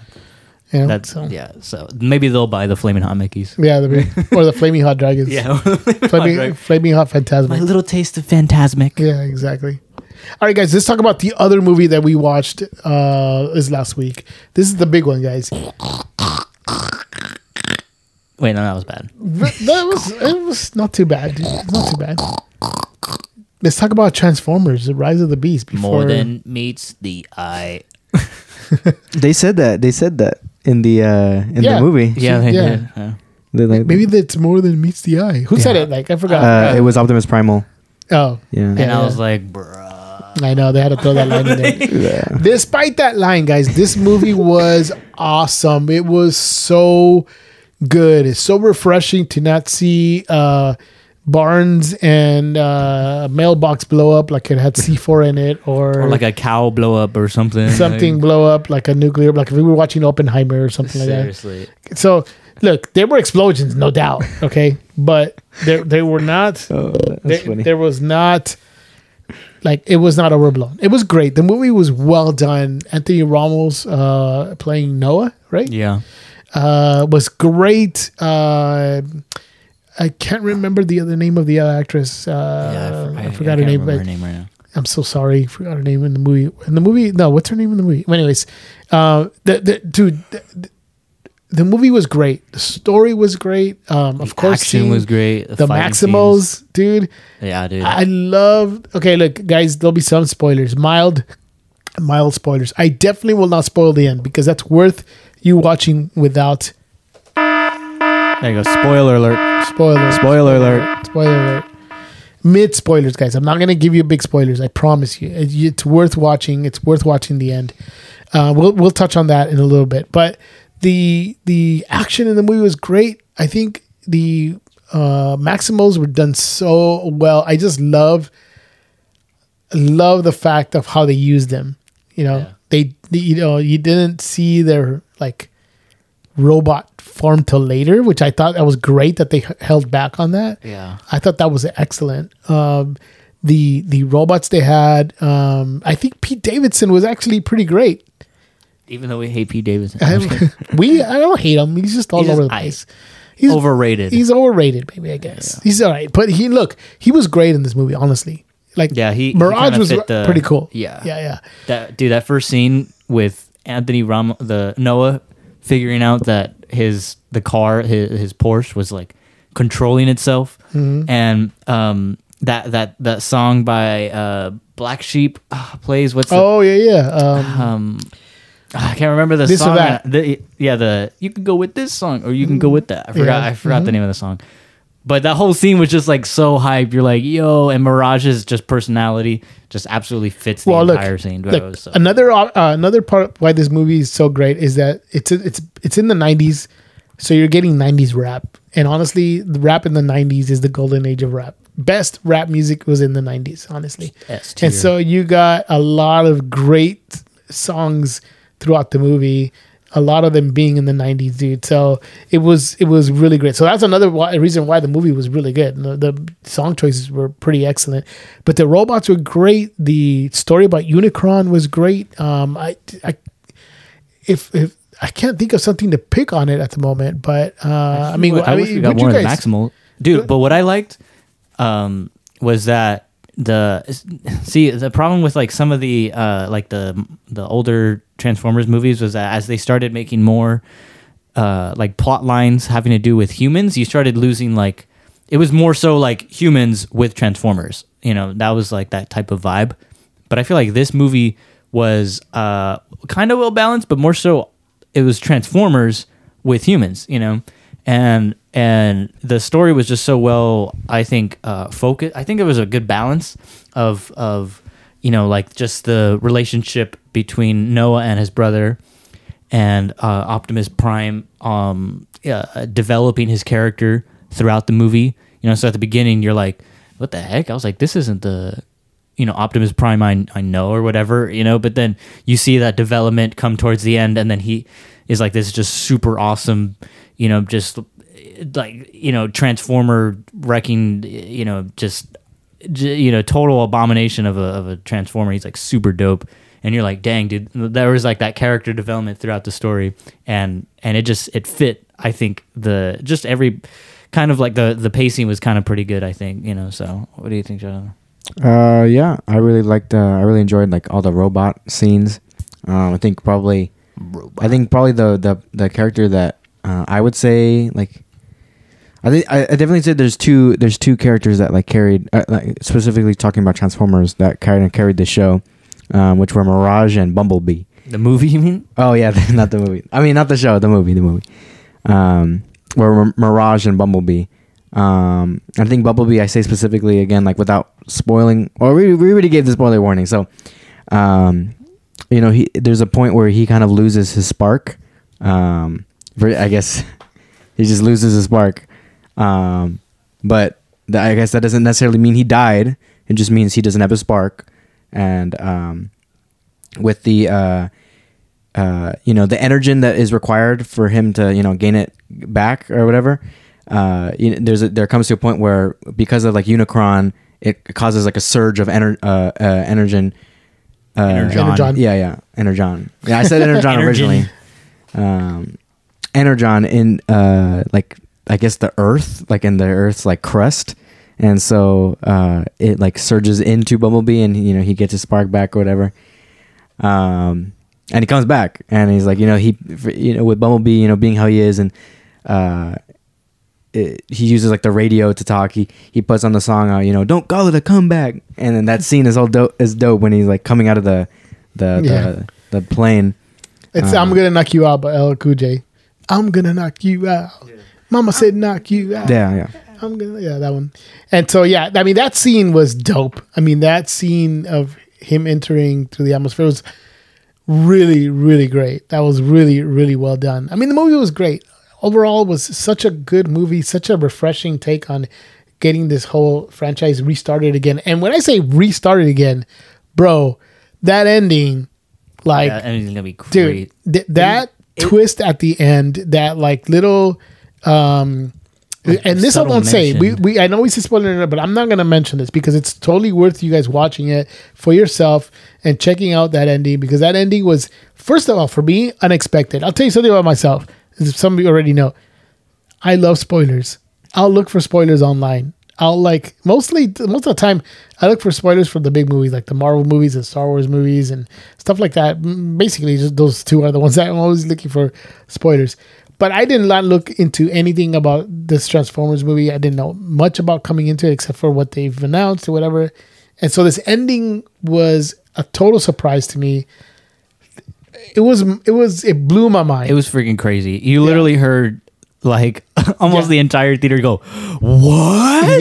Speaker 1: you know?
Speaker 2: That's
Speaker 1: So-
Speaker 2: yeah. So maybe they'll buy the flaming hot
Speaker 1: (laughs)
Speaker 2: Mickey's.
Speaker 1: yeah, the
Speaker 2: (laughs)
Speaker 1: or the flaming hot dragons.
Speaker 2: Yeah, (laughs)
Speaker 1: flaming, flaming hot
Speaker 2: my
Speaker 1: phantasm.
Speaker 2: little taste of phantasmic.
Speaker 1: Yeah, exactly. All right, guys, let's talk about the other movie that we watched uh, is last week. This is the big one, guys.
Speaker 2: Wait, no, that was bad.
Speaker 1: But that was it was not too bad. dude. It's not too bad. Let's talk about Transformers: The Rise of the Beast. Before
Speaker 2: More than meets the
Speaker 1: (laughs)
Speaker 2: eye.
Speaker 3: They said that. They said that in the uh in
Speaker 1: Yeah.
Speaker 3: the movie.
Speaker 2: Yeah, they
Speaker 1: yeah.
Speaker 2: did. yeah.
Speaker 3: They, like,
Speaker 1: maybe that's more than meets the eye. Who said
Speaker 2: Yeah.
Speaker 1: it? Like I
Speaker 3: uh,
Speaker 1: forgot.
Speaker 3: it was Optimus Primal.
Speaker 1: oh,
Speaker 3: Yeah.
Speaker 2: And
Speaker 1: Yeah.
Speaker 2: I was like, bruh.
Speaker 1: I know they had to throw that line in there.
Speaker 2: (laughs)
Speaker 3: Yeah.
Speaker 1: Despite that line, guys, this movie was awesome. It was so good. It's so refreshing to not see uh, Barnes and uh, mailbox blow up like it had C4 in it or,
Speaker 2: Or like a cow blow up or
Speaker 1: (laughs)
Speaker 2: something.
Speaker 1: something blow up like a nuclear, like if we were watching Oppenheimer or something like
Speaker 2: seriously.
Speaker 1: that. So, look, there were explosions, no doubt. Okay. But there, they were not
Speaker 3: (laughs) Oh,
Speaker 1: there,
Speaker 3: that's funny.
Speaker 1: there was not like it was not overblown. It was great. The movie was well done. Anthony Ramos uh, playing Noah, right?
Speaker 2: Yeah.
Speaker 1: Uh, was great. Uh, I can't remember the other name of the other actress. Uh,
Speaker 2: yeah
Speaker 1: I, forgot her
Speaker 2: can't
Speaker 1: name,
Speaker 2: remember
Speaker 1: but
Speaker 2: her name right now.
Speaker 1: I'm so sorry. Forgot her name in the movie. In the movie, no, what's her name in the movie? Well, anyways, uh, the, the dude. The, the- the movie was great. The story was great. Um, of
Speaker 2: The
Speaker 1: course,
Speaker 2: action
Speaker 1: seeing
Speaker 2: was great.
Speaker 1: the
Speaker 2: fighting
Speaker 1: Maximals, dude.
Speaker 2: scenes. Yeah, dude.
Speaker 1: I love. Okay, look, guys, there'll be some spoilers, mild, mild spoilers. I definitely will not spoil the end because that's worth you watching without
Speaker 2: there you go. Spoiler alert.
Speaker 1: spoilers.
Speaker 2: Spoiler alert.
Speaker 1: Spoiler alert. Mid spoilers, guys. I'm not gonna give you big spoilers. I promise you. It- It's worth watching. It's worth watching the end. Uh, we'll we'll touch on that in a little bit. But the the action in the movie was great. I think the uh, Maximals were done so well. I just love love the fact of how they used them. You know,
Speaker 2: Yeah.
Speaker 1: they, they you know you didn't see their like robot form till later, which I thought that was great that they h- held back on that.
Speaker 2: Yeah.
Speaker 1: I thought that was excellent. Um, the the robots they had, um, I think Pete Davidson was actually pretty
Speaker 2: (laughs)
Speaker 1: great.
Speaker 2: Even though we hate Pete Davidson.
Speaker 1: we I don't hate him; he's just all
Speaker 2: He's
Speaker 1: over
Speaker 2: just
Speaker 1: the
Speaker 2: I-
Speaker 1: place. (laughs) He's
Speaker 2: Overrated.
Speaker 1: he's overrated, maybe I guess he's all right. But he look he was great in this movie, honestly. Like
Speaker 2: yeah, he he
Speaker 1: Mirage
Speaker 2: kinda
Speaker 1: was
Speaker 2: fit the-
Speaker 1: pretty cool.
Speaker 2: Yeah.
Speaker 1: yeah, yeah.
Speaker 2: That dude, that first scene with Anthony Ram, the Noah, figuring out that his the car, his, his Porsche, was like controlling itself,
Speaker 1: Mm-hmm.
Speaker 2: and um, that that that song by uh, Black Sheep uh, plays. What's
Speaker 1: Oh yeah, yeah. Um,
Speaker 2: the, um, ah, I can't remember the
Speaker 1: This or
Speaker 2: song.
Speaker 1: That.
Speaker 2: the- yeah, the you can go with this song or you can go with that. I forgot.
Speaker 1: Yeah. Mm-hmm.
Speaker 2: I forgot the name of the song. But that whole scene was just like so hype. You're like, yo, and Mirage's just personality just absolutely fits the
Speaker 1: well, look,
Speaker 2: entire scene. Bro.
Speaker 1: look,
Speaker 2: It was so-
Speaker 1: another uh, another part why this movie is so great is that it's it's it's in the '90s, so you're getting '90s rap. And honestly, the rap in the '90s is the golden age of rap. Best rap music was in the '90s, honestly.
Speaker 2: S tier.
Speaker 1: And so you got a lot of great songs throughout the movie. A lot of them being in the '90s, dude. So it was it was really great. So that's another why, reason why the movie was really good. The, the song choices were pretty excellent, but the robots were great. The story about Unicron was great. Um, I, I if if I can't think of something to pick on it at the moment, but uh, I mean,
Speaker 2: Well,
Speaker 1: I,
Speaker 2: I wish
Speaker 1: mean,
Speaker 2: we got
Speaker 1: would
Speaker 2: more
Speaker 1: you
Speaker 2: of the
Speaker 1: guys?
Speaker 2: maximal, dude. But what I liked um, was that the see the problem with like some of the uh, like the the older Transformers movies was that as they started making more uh, like plot lines having to do with humans, you started losing like it was more so like humans with Transformers. You know, that was like that type of vibe. But I feel like this movie was uh, kind of well balanced, but more so it was Transformers with humans. You know, and and the story was just so well, I think, uh, focused. I think it was a good balance of of you know like just the relationship between Noah and his brother and uh, Optimus Prime um, uh, developing his character throughout the movie. You know, so at the beginning, you're like, "What the heck?" I was like, "This isn't the, you know, Optimus Prime I I know or whatever." You know, but then you see that development come towards the end, and then he is like this just super awesome, you know, just like you know transformer wrecking, you know, just j- you know total abomination of a of a transformer. He's like super dope and you're like, dang, dude, there was like that character development throughout the story, and and it just it fit. I think the just every kind of like the the pacing was kind of pretty good. I think you know. So what do you think, Jonathan?
Speaker 3: Uh, yeah, I really liked. Uh, I really enjoyed like all the robot scenes. Um, I think probably, I think probably the the the character that uh, I would say like, I think I, I definitely said there's two there's two characters that like carried uh, like specifically talking about Transformers that kind of carried the show, um, which were Mirage and Bumblebee.
Speaker 2: The movie, you mean?
Speaker 3: Oh yeah, (laughs) not the movie. I mean, not the show, the movie, the movie. Um, where Mir- Mirage and Bumblebee. Um, I think Bumblebee. I say specifically again, like without spoiling, or we we already gave the spoiler warning. So, um, you know, he there's a point where he kind of loses his spark. Um, ver- I guess (laughs) he just loses his spark. Um, but th- I guess that doesn't necessarily mean he died. It just means he doesn't have a spark. And um, with the uh, uh, you know the energen that is required for him to you know gain it back or whatever uh, you know, there's a, there comes to a point where because of like unicron it causes like a surge of ener- uh, uh, energen uh,
Speaker 2: Energon.
Speaker 1: Energon.
Speaker 3: yeah yeah energon yeah i said energon
Speaker 2: Energen.
Speaker 3: originally um, energon in uh, like i guess the earth like in the earth's like crust and so uh, it like surges into bumblebee and you know he gets his spark back or whatever um, and he comes back and he's like, you know, he, you know, with Bumblebee, you know, being how he is, and uh, it, he uses like the radio to talk. He he puts on the song, uh, you know, don't call it a comeback, and then that scene is all dope. Is dope when he's like coming out of the the
Speaker 1: Yeah.
Speaker 3: the, the plane.
Speaker 1: It's
Speaker 3: Uh,
Speaker 1: I'm gonna knock you out by LL Cool J. I'm gonna knock you out. Mama said knock you out.
Speaker 3: Yeah, yeah.
Speaker 1: I'm gonna yeah that one. And so yeah, I mean that scene was dope. I mean that scene of him entering through the atmosphere was really really great. That was really really well done. I mean the movie was great. Overall it was such a good movie, such a refreshing take on getting this whole franchise restarted again. And when I say restarted again, bro, that ending like
Speaker 2: yeah, and it's gonna be
Speaker 1: dude
Speaker 2: great.
Speaker 1: th- that twist at the end that like little um and this I
Speaker 2: subtle
Speaker 1: won't say. We,
Speaker 2: mention.
Speaker 1: we I know we see spoiler, alert, but I'm not gonna mention this because it's totally worth you guys watching it for yourself and checking out that ending because that ending was first of all for me unexpected. I'll tell you something about myself. as Some of you already know. I love spoilers. I'll look for spoilers online. I'll like mostly most of the time I look for spoilers for the big movies like the Marvel movies and Star Wars movies and stuff like that. Mm, Basically, just those two are the ones (laughs) that I'm always looking for spoilers. But I did not look into anything about this Transformers movie. I didn't know much about coming into it except for what they've announced or whatever. And so this ending was a total surprise to me. It was it was it blew my mind.
Speaker 2: It was freaking crazy. You literally heard like (laughs) almost
Speaker 1: Yeah.
Speaker 2: the entire theater go, "What?"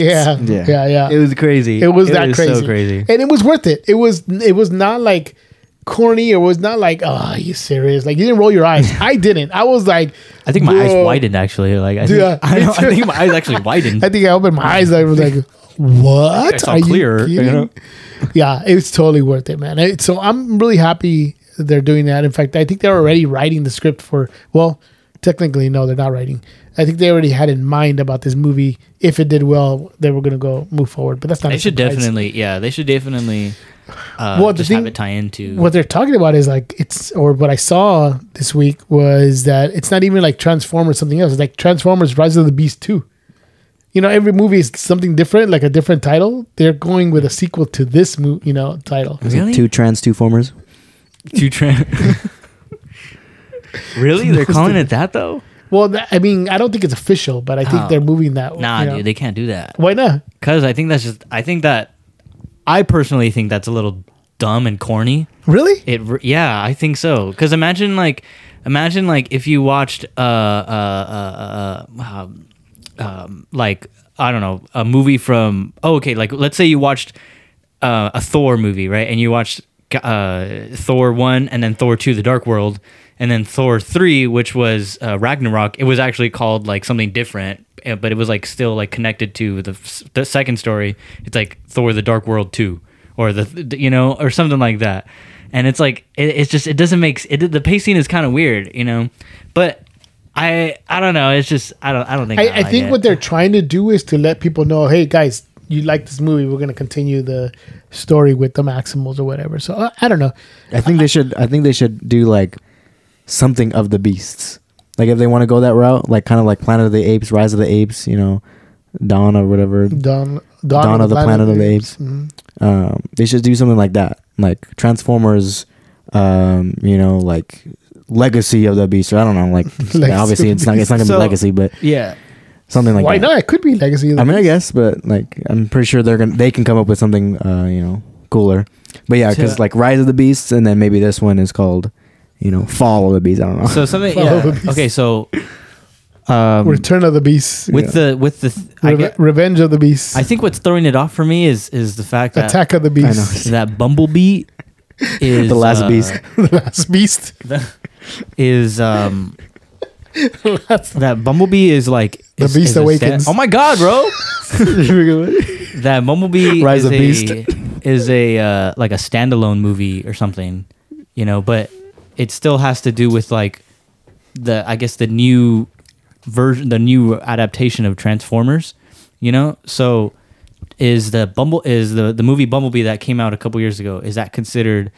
Speaker 1: (laughs) yeah, yeah,
Speaker 3: Yeah.
Speaker 1: yeah,
Speaker 2: It was crazy.
Speaker 1: It was that crazy.
Speaker 2: So crazy.
Speaker 1: And it was worth it. It was it was not like corny. It was not like, oh, are you serious? Like you didn't roll your
Speaker 2: (laughs)
Speaker 1: eyes. I didn't. I was like
Speaker 2: I think my
Speaker 1: Bro.
Speaker 2: eyes widened actually. Like I,
Speaker 1: Yeah,
Speaker 2: think, (laughs) I,
Speaker 1: me
Speaker 2: don't- I
Speaker 1: too.
Speaker 2: think my eyes actually widened.
Speaker 1: (laughs) I think I opened my eyes. I was like, "What?
Speaker 2: I saw
Speaker 1: Are you
Speaker 2: clearer, you
Speaker 1: kidding?"
Speaker 2: know?
Speaker 1: (laughs) Yeah, it's totally worth it, man. It- so I'm really happy they're doing that. In fact, I think they're already writing the script for. Well, technically, no, they're not writing. I think they already had in mind about this movie. If it did well, they were going to go move forward. But that's not.
Speaker 2: They
Speaker 1: a
Speaker 2: should
Speaker 1: surprise.
Speaker 2: definitely, yeah, they should definitely uh,
Speaker 1: Well, the
Speaker 2: just have
Speaker 1: thing-
Speaker 2: it tie into. (laughs)
Speaker 1: what they're talking about is like it's or what I saw this week was that it's not even like Transformers something else. It's like Transformers Rise of the Beast 2. You know, every movie is something different, like a different title. They're going with a sequel to this mo- you know, title.
Speaker 3: Is it
Speaker 2: Really?
Speaker 3: Two trans two formers.
Speaker 2: (laughs) two trans. really? They're calling it that though?
Speaker 1: Well, that, I mean, I don't think it's official, but I think
Speaker 2: Oh.
Speaker 1: they're moving that.
Speaker 2: Nah,
Speaker 1: you know.
Speaker 2: dude, they can't do that.
Speaker 1: Why not?
Speaker 2: Because I think that's just. I think that. I personally think that's a little dumb and corny.
Speaker 1: Really?
Speaker 2: It. re- Yeah, I think so. Because imagine like, imagine like if you watched uh uh uh, uh um, um like I don't know a movie from oh okay like let's say you watched uh, a Thor movie right and you watched uh Thor one and then Thor two the Dark World and then Thor three which was uh, Ragnarok it was actually called like something different eh, but it was like still like connected to the f- the second story it's like Thor the Dark World two or the th- you know or something like that and it's like it, it's just it doesn't make s- it the pacing is kind of weird you know but I I don't know. It's just I don't I don't think
Speaker 1: I, I
Speaker 2: like
Speaker 1: think
Speaker 2: it.
Speaker 1: what they're trying to do is to let people know, hey guys, you like this movie, we're gonna continue the story with the Maximals or whatever. So uh, I don't know.
Speaker 3: I think they should. I think they should do like something of the beasts. Like if they want to go that route, like kind of like Planet of the Apes, Rise of the Apes, you know, Dawn or whatever.
Speaker 1: Dawn, Dawn,
Speaker 3: Dawn of the Planet of the Apes.
Speaker 1: Mhm.
Speaker 3: Um, they should do something like that, like Transformers. Um, you know, like Legacy of the Beast, or I don't know. Like
Speaker 1: (laughs) Legacy
Speaker 3: obviously,
Speaker 1: of
Speaker 3: it's not. It's not gonna
Speaker 2: So-
Speaker 3: be Legacy, but
Speaker 2: yeah.
Speaker 3: something like
Speaker 1: Why
Speaker 3: that.
Speaker 1: not? It could be Legacy. Of the
Speaker 3: I mean, I guess, but like, I'm pretty sure they're gonna they can come up with something, uh, you know, cooler. But yeah, because
Speaker 2: To-
Speaker 3: like Rise of the Beasts, and then maybe this one is called, you know, Fall of the Beasts. I don't know.
Speaker 2: So something.
Speaker 1: (laughs) Follow the
Speaker 2: Yeah.
Speaker 1: beast.
Speaker 2: Okay. So. Um,
Speaker 1: Return of the Beast.
Speaker 2: with the with the th- I,
Speaker 1: Reve-
Speaker 2: get-
Speaker 1: Revenge of the Beast.
Speaker 2: I think what's throwing it off for me is is the fact that
Speaker 1: Attack of the
Speaker 3: I
Speaker 1: Beast. (laughs)
Speaker 3: know.
Speaker 2: that Bumblebee is
Speaker 3: The last
Speaker 2: uh,
Speaker 3: beast.
Speaker 1: the last Beast. (laughs)
Speaker 2: is um that Bumblebee is like
Speaker 1: The
Speaker 2: is-
Speaker 1: Beast
Speaker 2: is a
Speaker 1: Awakens.
Speaker 2: oh my god, bro!
Speaker 3: (laughs)
Speaker 1: (laughs)
Speaker 2: that Bumblebee
Speaker 3: Rise
Speaker 2: is
Speaker 3: of
Speaker 2: a
Speaker 3: Beast.
Speaker 2: is a uh, like a standalone movie or something, you know. But it still has to do with like the I guess the new version, the new adaptation of Transformers, you know. So is the Bumble is the the movie Bumblebee that came out a couple years ago is that considered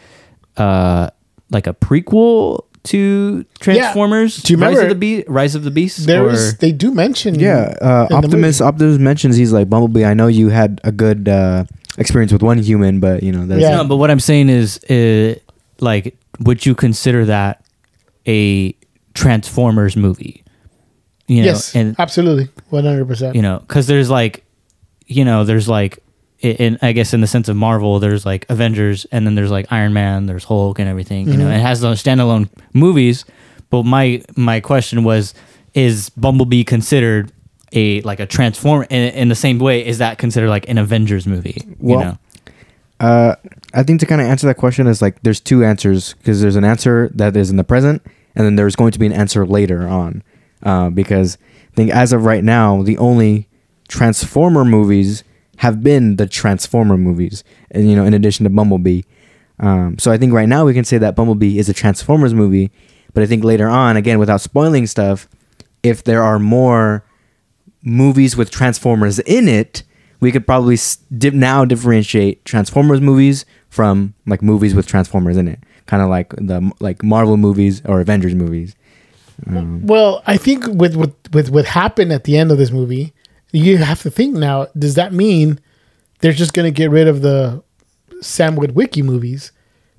Speaker 2: uh like a prequel? To Transformers,
Speaker 1: Do you
Speaker 2: Rise
Speaker 1: remember-
Speaker 2: of the Beast? Rise of the Beast?
Speaker 1: There
Speaker 2: or-
Speaker 1: is. They do mention.
Speaker 3: yeah, uh,
Speaker 1: in the
Speaker 3: Optimus. Optimus mentions he's like Bumblebee. I know you had a good uh, experience with one human, but you know, that's
Speaker 1: Yeah.
Speaker 2: No, but what I'm saying is, uh, like, would you consider that a Transformers movie? You know,
Speaker 1: yes.
Speaker 2: and
Speaker 1: absolutely. One hundred percent.
Speaker 2: you know, because there's like, you know, there's like, i- in I guess in the sense of Marvel, there's like Avengers, and then there's like Iron Man, there's Hulk, and everything. You know,
Speaker 1: Mhm.
Speaker 2: it has those standalone movies. But my my question was, is Bumblebee considered? A like a transform in, in the same way is that considered like an Avengers movie?
Speaker 3: Well,
Speaker 2: you know?
Speaker 3: Uh, I think to kind of answer that question is like there's two answers because there's an answer that is in the present, and then there's going to be an answer later on. Uh, because I think as of right now, the only Transformer movies have been the Transformer movies, and you know, in addition to Bumblebee. Um, so I think right now we can say that Bumblebee is a Transformers movie, but I think later on, again, without spoiling stuff, if there are more movies with Transformers in it, we could probably s- di- now differentiate Transformers movies from like movies with Transformers in it, kind of like the like Marvel movies or Avengers movies.
Speaker 1: Well, I think with, with with what happened at the end of this movie, you have to think now. Does that mean they're just going to get rid of the Sam Witwicky movies?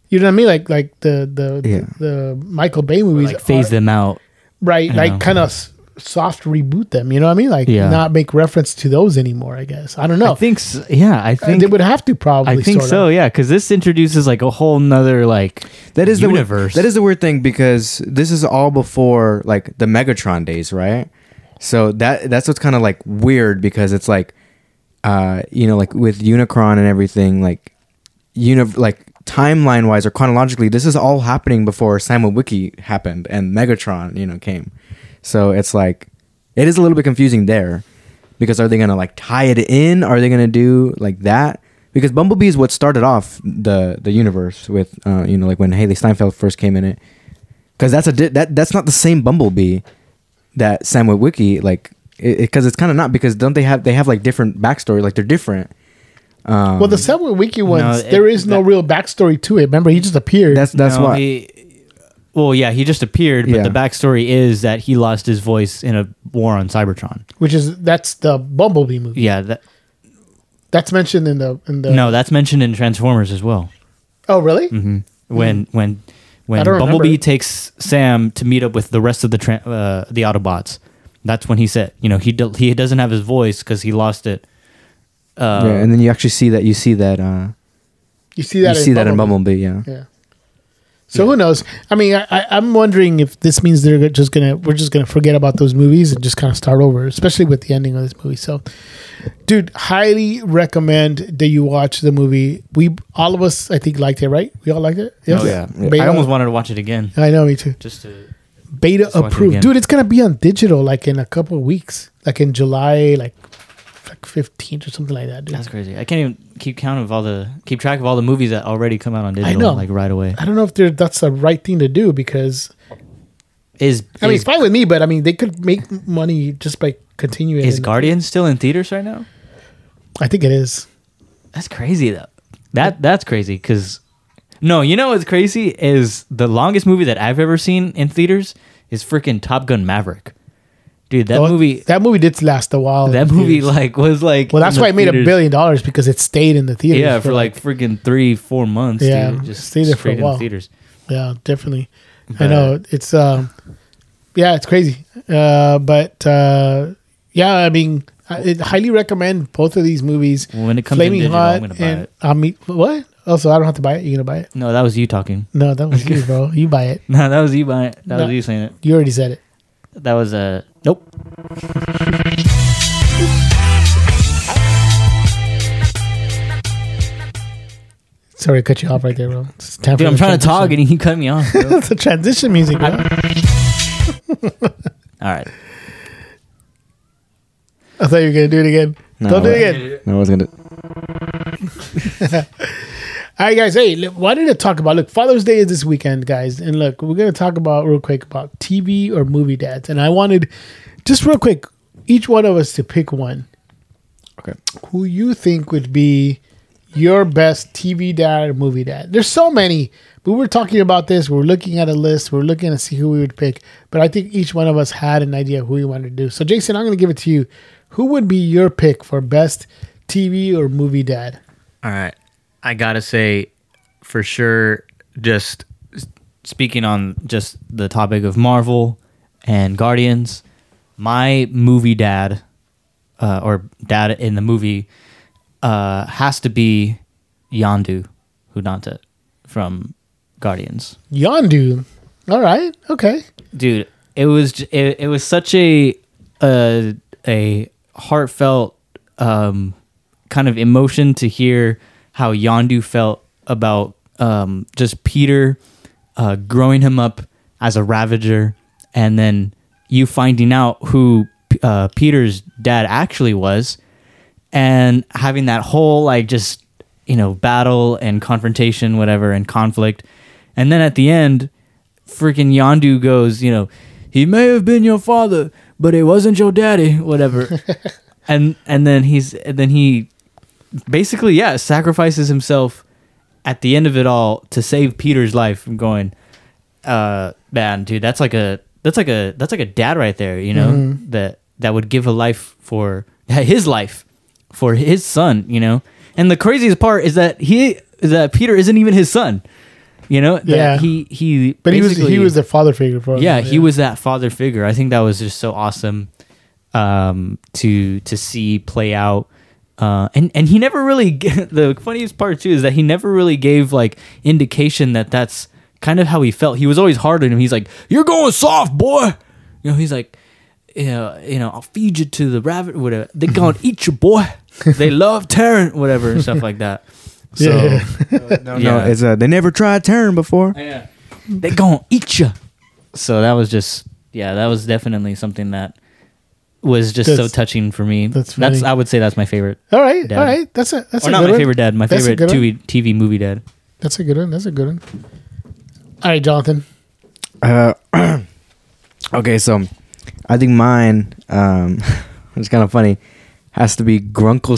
Speaker 1: You know what I mean? Like like the the
Speaker 3: Yeah.
Speaker 1: the, Michael Bay movies,
Speaker 2: like phase
Speaker 1: are-
Speaker 2: them out.
Speaker 1: right?
Speaker 2: I know.
Speaker 1: Like kind of soft reboot them. You know what I mean? Like
Speaker 2: Yeah.
Speaker 1: not make reference to those anymore. I guess I don't know.
Speaker 2: I think s- yeah, I
Speaker 1: Uh,
Speaker 2: think
Speaker 1: they would have to probably.
Speaker 2: I think
Speaker 1: sort
Speaker 2: so,
Speaker 1: Of.
Speaker 2: yeah, because this introduces like a whole nother like
Speaker 3: That is
Speaker 2: universe.
Speaker 3: the weir- that is the weird thing because this is all before like the Megatron days, right? So that that's what's kind of like weird because it's like, uh, you know, like with Unicron and everything, like, uni- like timeline wise or chronologically, this is all happening before Simon Wiki happened and Megatron, you know, came. So it's like, it is a little bit confusing there because are they gonna like tie it in? Are they gonna do like that? Because Bumblebee is what started off the the universe with, uh, you know, like when Haley Steinfeld first came in it. Because that's a di- that that's not the same Bumblebee that Sam Witwicky like because it's kind of not because don't they have they have like different backstory like they're different. Um,
Speaker 1: Well, the Sam Witwicky ones,
Speaker 2: it-
Speaker 1: there is no
Speaker 2: that-
Speaker 1: real backstory to it. Remember, he just appeared.
Speaker 3: that's that's
Speaker 2: no,
Speaker 3: why
Speaker 2: he- well, yeah, he just appeared, but
Speaker 3: Yeah.
Speaker 2: the backstory is that he lost his voice in a war on Cybertron.
Speaker 1: which is that's the Bumblebee movie.
Speaker 2: Yeah, that,
Speaker 1: That's mentioned in the in the
Speaker 2: no, that's mentioned in Transformers as well.
Speaker 1: Oh, really?
Speaker 2: hmm When when when
Speaker 1: I don't
Speaker 2: Bumblebee
Speaker 1: remember it.
Speaker 2: takes Sam to meet up with the rest of the tran uh, the Autobots, that's when he said, you know, he do- he doesn't have his voice because he lost it. Uh,
Speaker 3: yeah, and then you actually see that you see that uh,
Speaker 1: You see
Speaker 3: you
Speaker 1: that.
Speaker 3: see that in Bumblebee. Yeah,
Speaker 1: Yeah. So who knows? I mean, I, I, I'm wondering if this means they're go- just gonna we're just gonna forget about those movies and just kind of start over, especially with the ending of this movie. So, dude, highly recommend that you watch the movie. We all of us, I think, liked it, right? We all liked it.
Speaker 2: oh, yeah.
Speaker 1: Beta,
Speaker 2: I almost wanted to watch it again
Speaker 1: I know, me too.
Speaker 2: just to.
Speaker 1: Beta
Speaker 2: Just watch it
Speaker 1: approved,
Speaker 2: again.
Speaker 1: dude. It's gonna be on digital like in a couple of weeks, like in July, like like 15th or something like that, dude.
Speaker 2: That's crazy. I can't even keep count of all the keep track of all the movies that already come out on digital
Speaker 1: know.
Speaker 2: like right away.
Speaker 1: I don't know if they're- that's the right thing to do because
Speaker 2: Is
Speaker 1: I mean,
Speaker 2: is,
Speaker 1: it's fine with me, but I mean, they could make money just by continuing.
Speaker 2: is
Speaker 1: it.
Speaker 2: Guardian still in theaters right now?
Speaker 1: I think it is.
Speaker 2: That's crazy though. That that's crazy because no, you know what's crazy is the longest movie that I've ever seen in theaters is freaking Top Gun Maverick. Dude, that
Speaker 1: Oh,
Speaker 2: movie
Speaker 1: That movie did last a while.
Speaker 2: that
Speaker 1: in
Speaker 2: movie
Speaker 1: theaters.
Speaker 2: like was like
Speaker 1: well, that's
Speaker 2: in the
Speaker 1: why it made a
Speaker 2: theaters-
Speaker 1: billion dollars because it stayed in the theater.
Speaker 2: Yeah, for like freaking three four months.
Speaker 1: Yeah,
Speaker 2: dude. just
Speaker 1: stayed there for a
Speaker 2: straight in
Speaker 1: while.
Speaker 2: theaters.
Speaker 1: yeah, definitely. I know it's um, yeah, it's crazy. Uh, but uh, yeah, I mean, I I'd highly recommend both of these movies.
Speaker 2: When it comes in
Speaker 1: Flaming
Speaker 2: digital,
Speaker 1: Hot
Speaker 2: I'm gonna buy
Speaker 1: and
Speaker 2: it.
Speaker 1: I mean, what? Also, I don't have to buy it. You gonna buy it?
Speaker 2: No, that was you talking. (laughs)
Speaker 1: No, that was you, bro. You buy it.
Speaker 2: No, that was you buying. It. That
Speaker 1: No.
Speaker 2: was you saying it.
Speaker 1: You already said it.
Speaker 2: That was a uh, nope.
Speaker 1: Sorry, I cut you off right there, bro. It's time
Speaker 2: Dude,
Speaker 1: for
Speaker 2: I'm
Speaker 1: the
Speaker 2: trying to talk
Speaker 1: transition.
Speaker 2: and he cut me off. (laughs) bro.
Speaker 1: It's (laughs) the transition music. Bro.
Speaker 2: All right.
Speaker 1: I thought you were gonna do it again.
Speaker 3: No,
Speaker 1: Don't do it
Speaker 3: I-
Speaker 1: again.
Speaker 3: I was gonna.
Speaker 1: All right, guys. Hey, look, why did I talk about? Look, Father's Day is this weekend, guys. And look, we're gonna talk about real quick about TV or movie dads. And I wanted just real quick each one of us to pick one
Speaker 3: Okay.
Speaker 1: who you think would be your best TV dad or movie dad. There's so many. We were talking about this. We are looking at a list. We are looking to see who we would pick. But I think each one of us had an idea of who we wanted to do. So, Jason, I'm going to give it to you. Who would be your pick for best TV or movie dad?
Speaker 2: All right. I got to say, for sure, just s- speaking on just the topic of Marvel and Guardians, my movie dad, uh, or dad in the movie, uh, has to be Yandu Hunanta from Guardians.
Speaker 1: Yondu. All right. Okay.
Speaker 2: Dude, it was j- it, it was such a a, a heartfelt um, kind of emotion to hear how Yondu felt about um, just Peter uh, growing him up as a Ravager, and then you finding out who P- uh, Peter's dad actually was, and having that whole like just you know battle and confrontation, whatever, and conflict, and then at the end, freaking Yondu goes, you know, he may have been your father, but it wasn't your daddy, whatever. and and then he's and then he basically yeah sacrifices himself at the end of it all to save Peter's life from going. Uh, man, dude, that's like a that's like a that's like a dad right there. You know
Speaker 1: Mm-hmm.
Speaker 2: that that would give a life for his life for his son. You know, and the craziest part is that he is that Peter isn't even his son. You know, that
Speaker 1: Yeah.
Speaker 2: he he
Speaker 1: But he was he
Speaker 2: basically-
Speaker 1: was the father figure for him.
Speaker 2: yeah, he was that father figure. I think that was just so awesome um, to to see play out. Uh, and and he never really g- (laughs) the funniest part too is that he never really gave like indication that that's kind of how he felt. He was always hard on him. He's like, "You're going soft, boy." You know, he's like, you know, you know, I'll feed you to the rabbit, whatever. They're
Speaker 1: (laughs)
Speaker 2: gonna eat you, boy. They love Terran, whatever, and stuff like that. So,
Speaker 1: (laughs) Yeah.
Speaker 3: No,
Speaker 2: Yeah.
Speaker 3: it's uh, they never tried turn before.
Speaker 2: yeah. They gonna eat you. So that was just yeah, that was definitely something that was just so
Speaker 1: That's-
Speaker 2: touching for me.
Speaker 1: that's
Speaker 2: That's, that's
Speaker 1: funny.
Speaker 2: I would say that's my favorite.
Speaker 1: (laughs) All right.
Speaker 2: Dad.
Speaker 1: All right. That's a that's
Speaker 2: or
Speaker 1: a
Speaker 2: not
Speaker 1: good
Speaker 2: my
Speaker 1: one.
Speaker 2: favorite dad, my
Speaker 1: That's a
Speaker 2: favorite
Speaker 1: good one.
Speaker 2: TV, TV movie dad.
Speaker 1: That's a good one. That's a good one. All right, Jonathan. (laughs)
Speaker 3: Uh, (clears throat) okay, so I think mine, um, (laughs) it's kind of funny, has to be Grunkle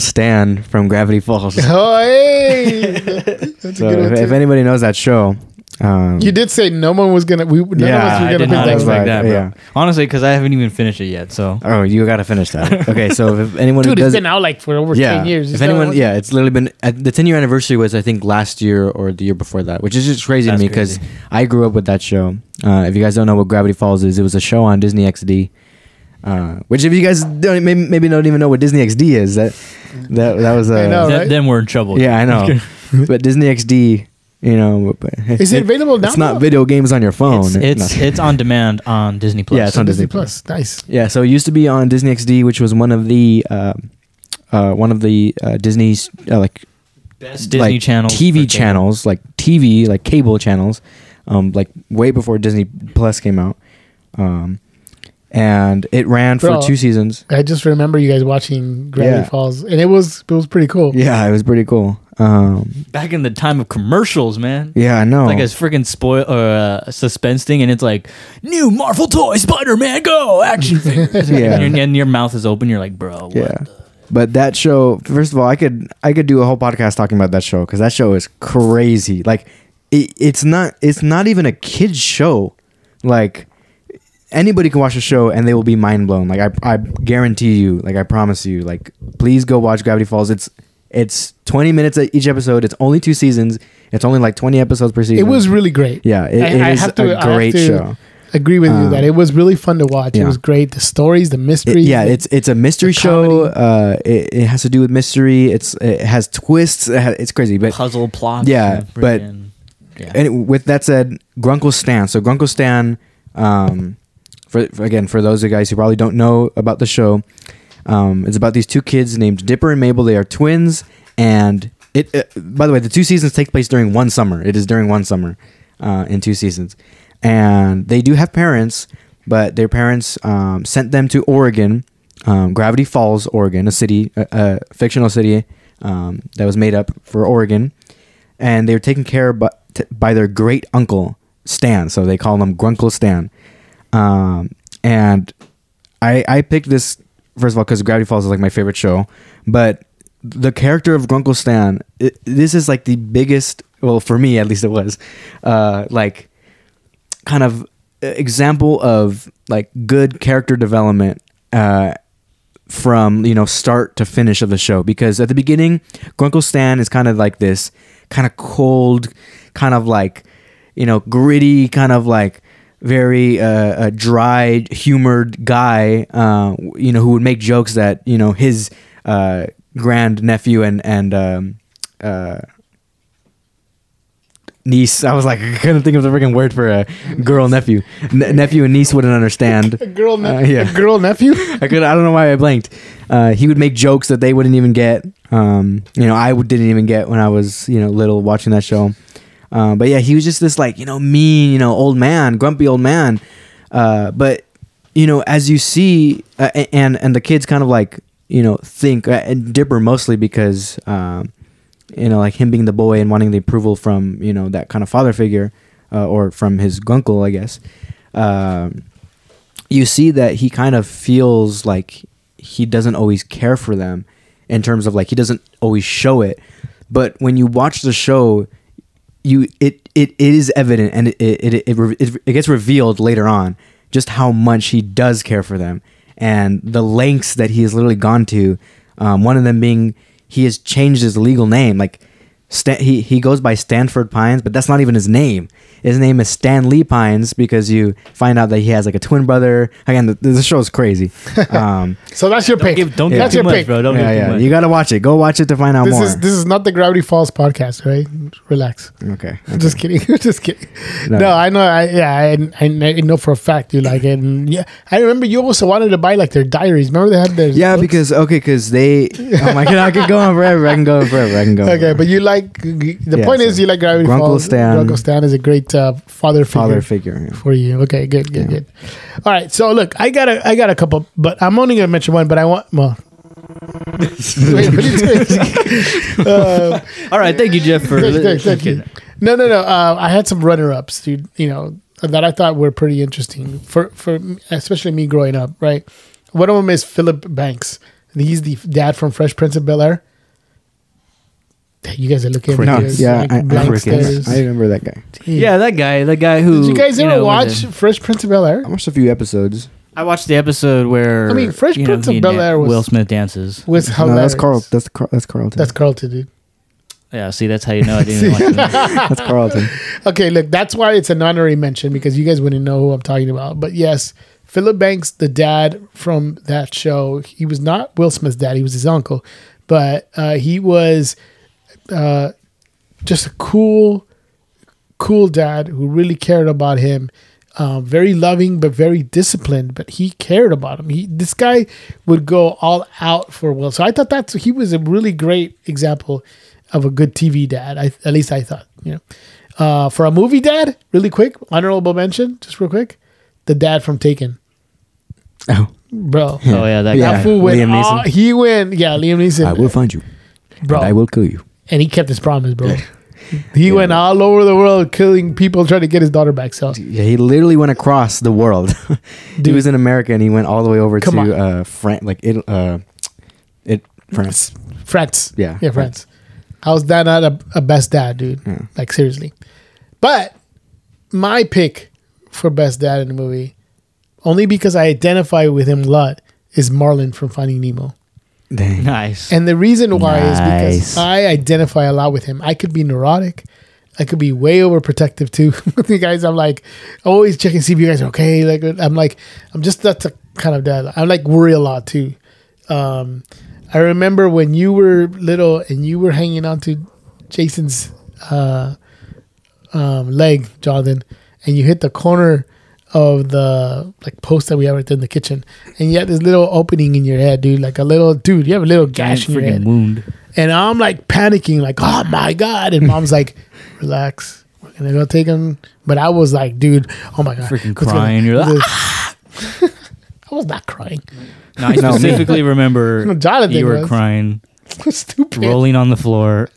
Speaker 1: (laughs)
Speaker 3: Stan from Gravity Falls. (laughs)
Speaker 1: Oh, hey. That's a
Speaker 3: so
Speaker 1: good
Speaker 3: if,
Speaker 1: one.
Speaker 3: if
Speaker 1: Too.
Speaker 3: anybody knows that show, Um,
Speaker 1: You did say no one was gonna. We none
Speaker 3: Yeah,
Speaker 1: of us
Speaker 2: Ah, I
Speaker 1: were gonna
Speaker 2: did
Speaker 1: pick
Speaker 2: not
Speaker 1: that.
Speaker 2: expect
Speaker 1: one.
Speaker 3: Right,
Speaker 2: that. Bro.
Speaker 3: yeah.
Speaker 2: Honestly, because I haven't even finished it yet. So
Speaker 3: oh, you gotta finish that. Okay, so
Speaker 1: (laughs)
Speaker 3: if anyone who
Speaker 1: Dude, it's
Speaker 3: does,
Speaker 1: been out like for over
Speaker 3: yeah,
Speaker 1: ten years.
Speaker 3: if
Speaker 1: It's
Speaker 3: anyone,
Speaker 1: not-
Speaker 3: yeah, it's literally been uh, the 10 year anniversary was I think last year or the year before that, which is just crazy
Speaker 2: That's
Speaker 3: to me because
Speaker 2: crazy.
Speaker 3: I grew up with that show. Uh, if you guys don't know what Gravity Falls is, it was a show on Disney XD. Uh, which if you guys don't maybe, maybe don't even know what Disney XD is that that that
Speaker 1: (laughs)
Speaker 3: was
Speaker 1: I
Speaker 3: uh,
Speaker 1: know. All
Speaker 2: th-
Speaker 1: right.
Speaker 2: then we're in trouble.
Speaker 3: yeah I know (laughs) but Disney XD you know but-
Speaker 1: Is it available now?
Speaker 3: it's not video games on your phone
Speaker 2: It's it's,
Speaker 3: No.
Speaker 2: it's on demand on Disney Plus.
Speaker 3: Yeah, it's on
Speaker 1: Disney
Speaker 3: Disney
Speaker 1: Plus. Nice.
Speaker 3: (laughs) Yeah, so it used to be on Disney XD, which was one of the uh, uh, one of the uh, Disney's uh, like
Speaker 2: Best Disney
Speaker 3: like
Speaker 2: channel.
Speaker 3: TV channels, like TV, like cable channels, um, like way before Disney Plus came out, um, and it ran
Speaker 1: Bro.
Speaker 3: for two seasons.
Speaker 1: I just remember you guys watching Gravity
Speaker 3: Yeah.
Speaker 1: Falls, and it was it was pretty cool.
Speaker 3: Yeah, it was pretty cool. Um,
Speaker 2: Back in the time of commercials, man.
Speaker 3: yeah, I know.
Speaker 2: Like a freaking spoil or uh, suspense thing, and it's like new Marvel toy Spider Man go
Speaker 3: (laughs)
Speaker 2: action figures.
Speaker 3: Yeah.
Speaker 2: and, your, and your mouth is open. You're like, bro. What?
Speaker 3: yeah, but that show. First of all, I could I could do a whole podcast talking about that show because that show is crazy. Like, it, it's not it's not even a kids show. Like, anybody can watch the show and they will be mind blown. Like I, I guarantee you. Like I promise you. Like please go watch Gravity Falls. It's it's twenty minutes at each episode. It's only two seasons. It's only like twenty episodes per season.
Speaker 1: It was really great.
Speaker 3: yeah. It,
Speaker 1: I-
Speaker 3: it
Speaker 1: I
Speaker 3: is
Speaker 1: have to- I
Speaker 3: a
Speaker 1: have
Speaker 3: great
Speaker 1: to-
Speaker 3: show.
Speaker 1: Agree with you
Speaker 3: Um,
Speaker 1: that it was really fun to watch. It
Speaker 3: yeah.
Speaker 1: was great. The stories, the
Speaker 3: It-
Speaker 1: mysteries.
Speaker 3: yeah,
Speaker 1: the-
Speaker 3: it's it's a mystery show.
Speaker 1: comedy.
Speaker 3: Uh, it, it has to do with mystery. It's it has twists. It ha- it's crazy, (sighs) but
Speaker 2: Puzzle plots.
Speaker 3: Yeah,
Speaker 2: and
Speaker 3: but-
Speaker 2: freaking- yeah.
Speaker 3: and with that said, Grunkle Stan. So Grunkle Stan, um, for, for- again for those of you guys who probably don't know about the show, um, it's about these two kids named Dipper and Mabel. They are twins, and it. Uh, by the way, the two seasons take place during one summer. It is during one summer, uh, in two seasons, and they do have parents, but their parents um, sent them to Oregon, um, Gravity Falls, Oregon, a city, a, a fictional city um, that was made up for Oregon and they were taken care of by, t- by their great uncle Stan. So they call him Grunkle Stan. Um, and I I picked this first of all because Gravity Falls is like my favorite show, but the character of Grunkle Stan, it, this is like the biggest. Well, for me at least, it was uh, like kind of uh, example of like good character development uh, from you know start to finish of the show because at the beginning Grunkle Stan is kind of like this kind of cold kind of like you know gritty kind of like very uh, uh, dry humored guy uh, you know who would make jokes that you know his uh, grand nephew and and um, uh, niece. I was like, (laughs) I couldn't think of the freaking word for a girl nephew. Ne- nephew and niece wouldn't
Speaker 1: a
Speaker 3: understand.
Speaker 1: girl, ne-
Speaker 3: Uh, yeah.
Speaker 1: a girl nephew.
Speaker 3: I could. I don't know why I blanked. Uh, he would make jokes that they wouldn't even get. Um, you know, I didn't even get when I was you know little watching that show. Um, but yeah, he was just this like you know mean you know old man, grumpy old man. Uh, but you know, as you see, uh, a- and and the kids kind of like you know think uh, and Dipper mostly because um, you know like him being the boy and wanting the approval from you know that kind of father figure uh, or from his gunkle, I guess. Um, you see that he kind of feels like he doesn't always care for them in terms of like he doesn't always show it but when you watch the show you it it, it is evident and it it, it, it re- it it gets revealed later on just how much he does care for them and the lengths that he has literally gone to um, one of them being he has changed his legal name like Stan, he he goes by Stanford Pines, but that's not even his name. His name is Stan Lee Pines because you find out that he has like a twin brother. Again, the, the show
Speaker 1: (laughs)
Speaker 3: is crazy. Um,
Speaker 1: So that's your
Speaker 2: don't
Speaker 1: pick.
Speaker 2: give don't
Speaker 1: that's
Speaker 2: give too
Speaker 1: your
Speaker 2: much,
Speaker 1: pick.
Speaker 2: bro. Don't
Speaker 3: yeah,
Speaker 2: give too
Speaker 3: yeah,
Speaker 2: much.
Speaker 3: you gotta watch it. Go watch it to find out
Speaker 1: This
Speaker 3: more.
Speaker 1: is this is not the Gravity Falls podcast, right? Relax.
Speaker 3: okay,
Speaker 1: Just kidding. (laughs) Just kidding. No,
Speaker 3: No.
Speaker 1: I know. I yeah, I, I I know for a fact you like it. And yeah, I remember you also wanted to buy like their diaries. Remember they had their
Speaker 3: yeah,
Speaker 1: books?
Speaker 3: because okay, because they. Oh my god, I can go on forever. I can go on forever. I can go. on
Speaker 1: Okay,
Speaker 3: forever.
Speaker 1: but you like the
Speaker 3: Yeah,
Speaker 1: point
Speaker 3: so
Speaker 1: is you like Gravity
Speaker 3: Grunkle
Speaker 1: Falls.
Speaker 3: Stan.
Speaker 1: Grunkle Stan is a great uh, father figure
Speaker 3: father figure. yeah.
Speaker 1: for you. Okay, good, good,
Speaker 3: Yeah.
Speaker 1: good. All right, so look, I got a I got a couple, but I'm only gonna mention one. But I want
Speaker 3: (laughs)
Speaker 1: well. Wait, what are you doing? Uh,
Speaker 2: All right, thank you, Jeff, for
Speaker 1: Thank you, thank you, thank you. No, no, no. Uh, I had some runner-ups, dude. You know that I thought were pretty interesting for for especially me growing up, right? One of them is Philip Banks. He's the dad from Fresh Prince of Bel Air. You guys are looking
Speaker 3: No,
Speaker 1: at me. as,
Speaker 3: yeah,
Speaker 1: like,
Speaker 3: I, I,
Speaker 1: blank
Speaker 3: remember,
Speaker 1: stares.
Speaker 3: I remember that guy.
Speaker 1: Damn.
Speaker 2: Yeah, that guy, that guy who.
Speaker 1: Did you guys
Speaker 2: you
Speaker 1: ever
Speaker 2: know, was
Speaker 1: watch
Speaker 2: a-
Speaker 1: Fresh Prince of Bel Air?
Speaker 3: I watched a few episodes.
Speaker 2: I watched the episode where
Speaker 1: I mean, Fresh
Speaker 2: you know,
Speaker 1: Prince of
Speaker 2: he
Speaker 1: Bel-Air was-
Speaker 2: Will Smith dances.
Speaker 1: With how
Speaker 3: no, that's Carl. That's Carl, that's Carlton.
Speaker 1: That's Carlton, dude.
Speaker 2: Yeah, see, that's how you know
Speaker 1: (laughs)
Speaker 2: I didn't watch it.
Speaker 3: that's Carlton.
Speaker 1: Okay, look, that's why it's an honorary mention because you guys wouldn't know who I'm talking about. But yes, Philip Banks, the dad from that show, he was not Will Smith's dad; he was his uncle, but uh, he was uh, just a cool, cool dad who really cared about him. Um, very loving, but very disciplined. But he cared about him. He this guy would go all out for Will. So I thought that's he was a really great example of a good TV dad. I, at least I thought, you know. Uh, for a movie dad, really quick, honorable mention, just real quick, the dad from Taken,
Speaker 3: Oh,
Speaker 1: bro.
Speaker 2: Oh yeah, that
Speaker 3: (laughs) Yeah.
Speaker 1: That fool went.
Speaker 3: Liam
Speaker 1: all-
Speaker 3: Neeson.
Speaker 1: he went. Yeah, Liam Neeson.
Speaker 3: I will find you.
Speaker 1: bro.
Speaker 3: And I will kill you.
Speaker 1: and he kept his promise, bro. He
Speaker 3: Yeah.
Speaker 1: went all over the world killing people, trying to get his daughter back. So
Speaker 3: Yeah, he literally went across the world. (laughs) he
Speaker 1: Dude.
Speaker 3: was in America and he went all the way over
Speaker 1: Come on.
Speaker 3: to uh, France, like it, uh, it France.
Speaker 1: France.
Speaker 3: Yeah.
Speaker 1: Yeah, France. How's that not a, a best dad, dude?
Speaker 3: Yeah.
Speaker 1: Like seriously. But my pick for best dad in the movie, only because I identify with him a lot, is Marlon from Finding Nemo.
Speaker 3: Dang.
Speaker 2: nice.
Speaker 1: And the reason why is
Speaker 2: Nice.
Speaker 1: because I identify a lot with him. I could be neurotic. I could be way overprotective too. (laughs) you guys, I'm like always checking see if you guys are okay. Like I'm like I'm just that's a kind of dad. I like worry a lot too. Um, I remember when you were little and you were hanging on to Jason's uh, um, leg, Jonathan, and you hit the corner of the like post that we have right there in the kitchen, and you had this little opening in your head, dude. Like a little dude, you have a little
Speaker 2: Giant
Speaker 1: gash in your
Speaker 2: freaking
Speaker 1: head,
Speaker 2: wound.
Speaker 1: and I'm like panicking, like oh my god, and mom's like, relax. We're gonna go take him, but I was like, dude, oh my god,
Speaker 2: Freaking
Speaker 1: what's gonna-
Speaker 2: crying. You're like,
Speaker 1: what's gonna- I was not crying. (laughs)
Speaker 2: No, I
Speaker 3: No, me.
Speaker 2: specifically remember
Speaker 1: No, Jonathan
Speaker 2: you were
Speaker 1: was. (laughs)
Speaker 2: crying,
Speaker 1: Stupid.
Speaker 2: rolling on
Speaker 1: (laughs)
Speaker 2: the floor,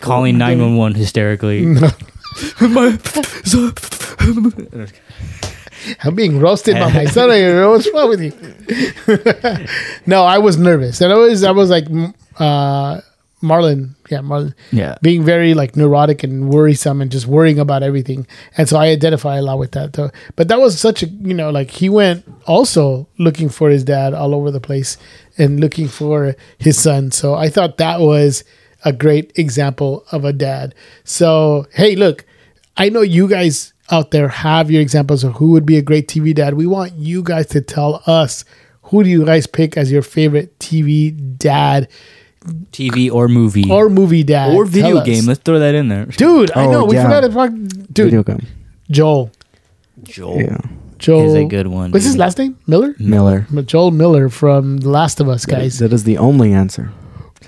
Speaker 2: calling nine one one hysterically. My- so-
Speaker 1: I'm being roasted by my son. You know, What's wrong with you? (laughs) no, I was nervous, and I was I was like m- uh, Marlon, yeah, Marlon,
Speaker 2: yeah,
Speaker 1: being very like neurotic and worrisome and just worrying about everything. And so I identify a lot with that. Though. But that was such a you know like he went also looking for his dad all over the place and looking for his son. So I thought that was a great example of a dad. So hey, look, I know you guys out there have your examples of who would be a great TV dad. We want you guys to tell us who do you guys pick as your favorite TV dad
Speaker 2: TV or movie
Speaker 1: or movie dad
Speaker 2: Or
Speaker 1: Tell
Speaker 2: video
Speaker 1: us.
Speaker 2: game. Let's throw that in there.
Speaker 1: Dude, I
Speaker 3: Oh,
Speaker 1: know we
Speaker 3: yeah.
Speaker 1: forgot about dude
Speaker 3: Video game.
Speaker 1: Joel.
Speaker 2: Joel
Speaker 3: Yeah.
Speaker 1: Joel
Speaker 2: is a good one.
Speaker 1: What's his
Speaker 2: dude.
Speaker 1: last name? Miller.
Speaker 3: Miller.
Speaker 1: Joel Miller from The Last of Us, guys.
Speaker 3: That is the only answer.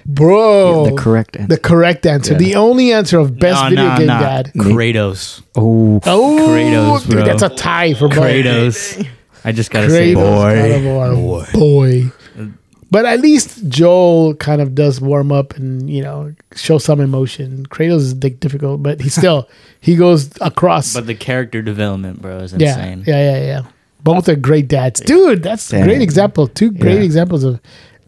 Speaker 1: Bro,
Speaker 2: Oh.
Speaker 3: the correct answer.
Speaker 1: the correct answer,
Speaker 3: Yeah.
Speaker 1: the only answer of best
Speaker 2: No,
Speaker 1: video
Speaker 2: no,
Speaker 1: game
Speaker 2: no.
Speaker 1: dad.
Speaker 2: Kratos.
Speaker 3: oh,
Speaker 1: Oh,
Speaker 2: Kratos,
Speaker 1: dude,
Speaker 2: bro.
Speaker 1: that's a tie for both.
Speaker 2: Kratos. I just gotta say, Uh,
Speaker 1: Kratos,
Speaker 2: boy.
Speaker 1: God of War, boy. But at least Joel kind of does warm up and you know show some emotion. Kratos is di- difficult, but he still he goes across.
Speaker 2: But the character development, bro, is
Speaker 1: yeah,
Speaker 2: insane.
Speaker 1: yeah, yeah, yeah. Both are great dads, dude. That's a
Speaker 3: Damn.
Speaker 1: great example. Two great
Speaker 3: Yeah.
Speaker 1: examples of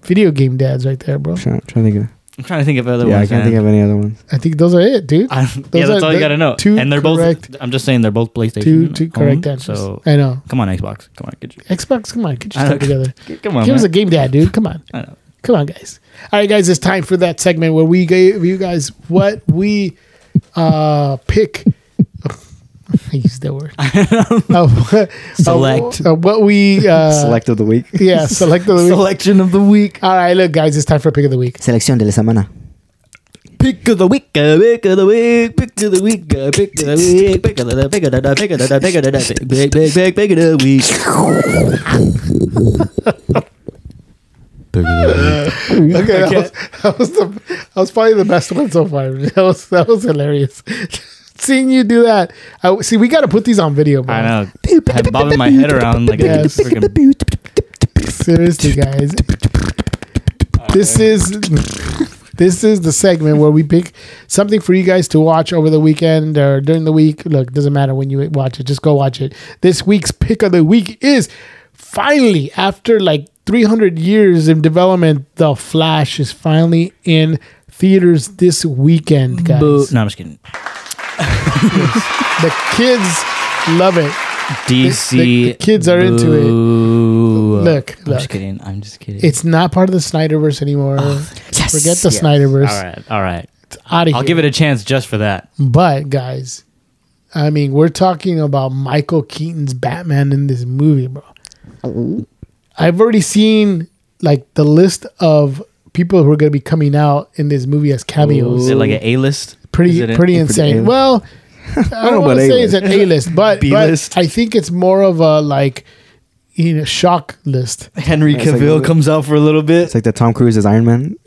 Speaker 1: video game dads right there,
Speaker 2: (laughs)
Speaker 1: bro.
Speaker 3: trying, trying to think of.
Speaker 2: I'm trying to think of other
Speaker 3: yeah, I
Speaker 2: ones.
Speaker 3: can't think
Speaker 2: man.
Speaker 3: of any other ones.
Speaker 1: I think those are it, dude.
Speaker 2: (laughs) I- yeah,
Speaker 1: Those
Speaker 2: that's
Speaker 1: are
Speaker 2: all you
Speaker 1: the
Speaker 2: gotta know.
Speaker 1: two
Speaker 2: and they're both.
Speaker 1: correct-
Speaker 2: I'm just saying they're both PlayStation.
Speaker 1: two two correct
Speaker 2: owned,
Speaker 1: answers.
Speaker 2: So
Speaker 1: I know.
Speaker 2: come on, Xbox. Come on, get your,
Speaker 1: Xbox, come on, get your
Speaker 2: I
Speaker 1: stuff
Speaker 2: don't-
Speaker 1: together.
Speaker 2: get- (laughs) come on.
Speaker 1: Give us a
Speaker 2: man.
Speaker 1: game dad, dude. Come on.
Speaker 2: (laughs) I know.
Speaker 1: Come on, guys. All right, guys, it's time for that segment where we gave you guys what we uh pick. (laughs) I used that
Speaker 2: (laughs)
Speaker 1: word. Of what-
Speaker 2: Select.
Speaker 1: Of, what we
Speaker 2: (laughs)
Speaker 1: uh,
Speaker 3: Select of the week.
Speaker 1: Yeah, select of the week.
Speaker 2: Selection of the week.
Speaker 1: All right, look, guys, it's time for pick of the week.
Speaker 3: Selección de la semana.
Speaker 2: Pick of the week. uh, Pick of the week. Pick of the week. uh,
Speaker 3: (laughs)
Speaker 2: Pick of the week. Pick of the pick of the pick of the pick of the pick of the pick pick pick pick of the week.
Speaker 1: (laughs) Okay, that was, that was the that was probably the best one so far. (laughs) That was that was hilarious. (laughs) Seeing you do that, I, see, we got to put these on video, bro.
Speaker 2: I know. I'm bobbing my head around like a
Speaker 1: Yes.
Speaker 2: freaking.
Speaker 1: Seriously, guys, this is this is the segment where we pick something for you guys to watch over the weekend or during the week. Look, doesn't matter when you watch it; just go watch it. This week's pick of the week is finally after like 300 years of development, The Flash is finally in theaters this weekend, guys.
Speaker 2: Boo. No, I'm just kidding.
Speaker 1: The kids love it.
Speaker 2: DC.
Speaker 1: the kids are into it.
Speaker 2: Boo.
Speaker 1: Look,
Speaker 2: I'm just
Speaker 1: look.
Speaker 2: kidding. I'm just kidding.
Speaker 1: It's not part of the Snyderverse anymore.
Speaker 2: Oh, Yes.
Speaker 1: Forget the
Speaker 2: Yes.
Speaker 1: Snyderverse.
Speaker 2: All right. All right.
Speaker 1: It's out of
Speaker 2: I'll
Speaker 1: here.
Speaker 2: give it a chance just for that.
Speaker 1: But guys, I mean, we're talking about Michael Keaton's Batman in this movie, bro.
Speaker 3: Oh.
Speaker 1: I've already seen like the list of people who are going to be coming out in this movie as cameos.
Speaker 2: Is it like an A list?
Speaker 1: Pretty,
Speaker 2: it a-
Speaker 1: pretty
Speaker 2: a
Speaker 1: insane.
Speaker 3: A-list? (laughs)
Speaker 1: well, I
Speaker 3: know
Speaker 1: don't want to
Speaker 3: about
Speaker 1: say it's an A list, but, but
Speaker 2: B-list.
Speaker 1: I think it's more of a like you know shock list.
Speaker 2: Henry
Speaker 3: It's like-
Speaker 2: Cavill comes out for a little bit.
Speaker 3: It's like the Tom Cruise is Iron Man. (laughs)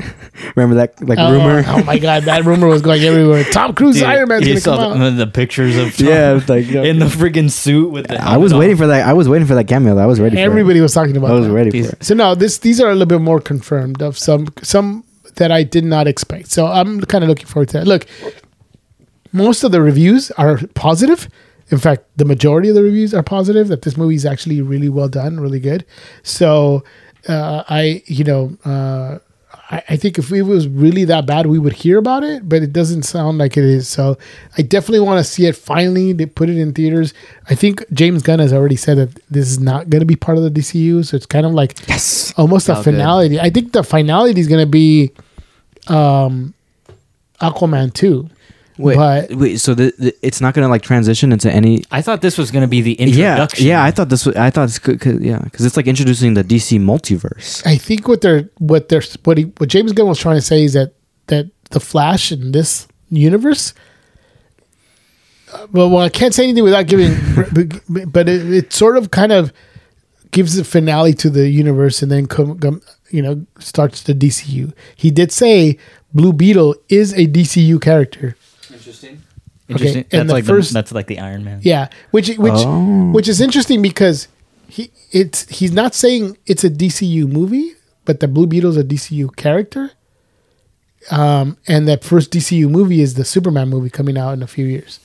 Speaker 3: Remember that like
Speaker 1: Oh,
Speaker 3: rumor?
Speaker 1: Oh my god, that rumor was going everywhere. Tom Cruise
Speaker 2: Dude,
Speaker 1: Iron Man's
Speaker 2: you
Speaker 1: going to
Speaker 2: saw
Speaker 1: come out.
Speaker 2: the, the pictures of Tom
Speaker 3: (laughs) (laughs) yeah, it's like
Speaker 2: in the freaking suit with the.
Speaker 3: I was
Speaker 2: helmet
Speaker 3: waiting
Speaker 2: on.
Speaker 3: for that. I was waiting for that cameo. I was ready.
Speaker 1: Everybody was talking
Speaker 3: for it.
Speaker 1: about.
Speaker 3: I was
Speaker 1: that.
Speaker 3: ready
Speaker 2: These-
Speaker 3: for it.
Speaker 1: So no, this these are a little bit more confirmed of some some that I did not expect. So I'm kind of looking forward to that. Look, most of the reviews are positive. In fact, the majority of the reviews are positive that this movie is actually really well done, really good. So uh, I, you know, uh, I, I think if it was really that bad, we would hear about it. But it doesn't sound like it is. So I definitely want to see it. Finally, they put it in theaters. I think James Gunn has already said that this is not going to be part of the DCU. So it's kind of like
Speaker 3: Yes.
Speaker 1: almost a
Speaker 2: Sounds good.
Speaker 1: finality. I think the finality is going to be um, Aquaman 2.
Speaker 3: Wait.
Speaker 1: But-
Speaker 3: wait. So the, the, it's not gonna like transition into any.
Speaker 2: I thought this was going to be the
Speaker 3: Yeah.
Speaker 2: introduction.
Speaker 3: Yeah. I thought this. Was, I thought it's good. Cause, yeah. Because it's like introducing the DC multiverse.
Speaker 1: I think what they're what they're what he, what James Gunn was trying to say is that that the Flash in this universe. uh, Well, well, I can't say anything without giving, (laughs) but- but it, it sort of kind of gives a finale to the universe, and then come, come you know starts the DCU. He did say Blue Beetle is a DCU character.
Speaker 2: Interesting.
Speaker 1: Okay,
Speaker 2: Interesting.
Speaker 1: and
Speaker 2: That's
Speaker 1: the
Speaker 2: like
Speaker 1: first-
Speaker 2: the, that's like the Iron Man.
Speaker 1: Yeah, which which
Speaker 3: Oh.
Speaker 1: which is interesting because he it's he's not saying it's a DCU movie, but the Blue Beetle's a DCU character. Um, and that first DCU movie is the Superman movie coming out in a few years.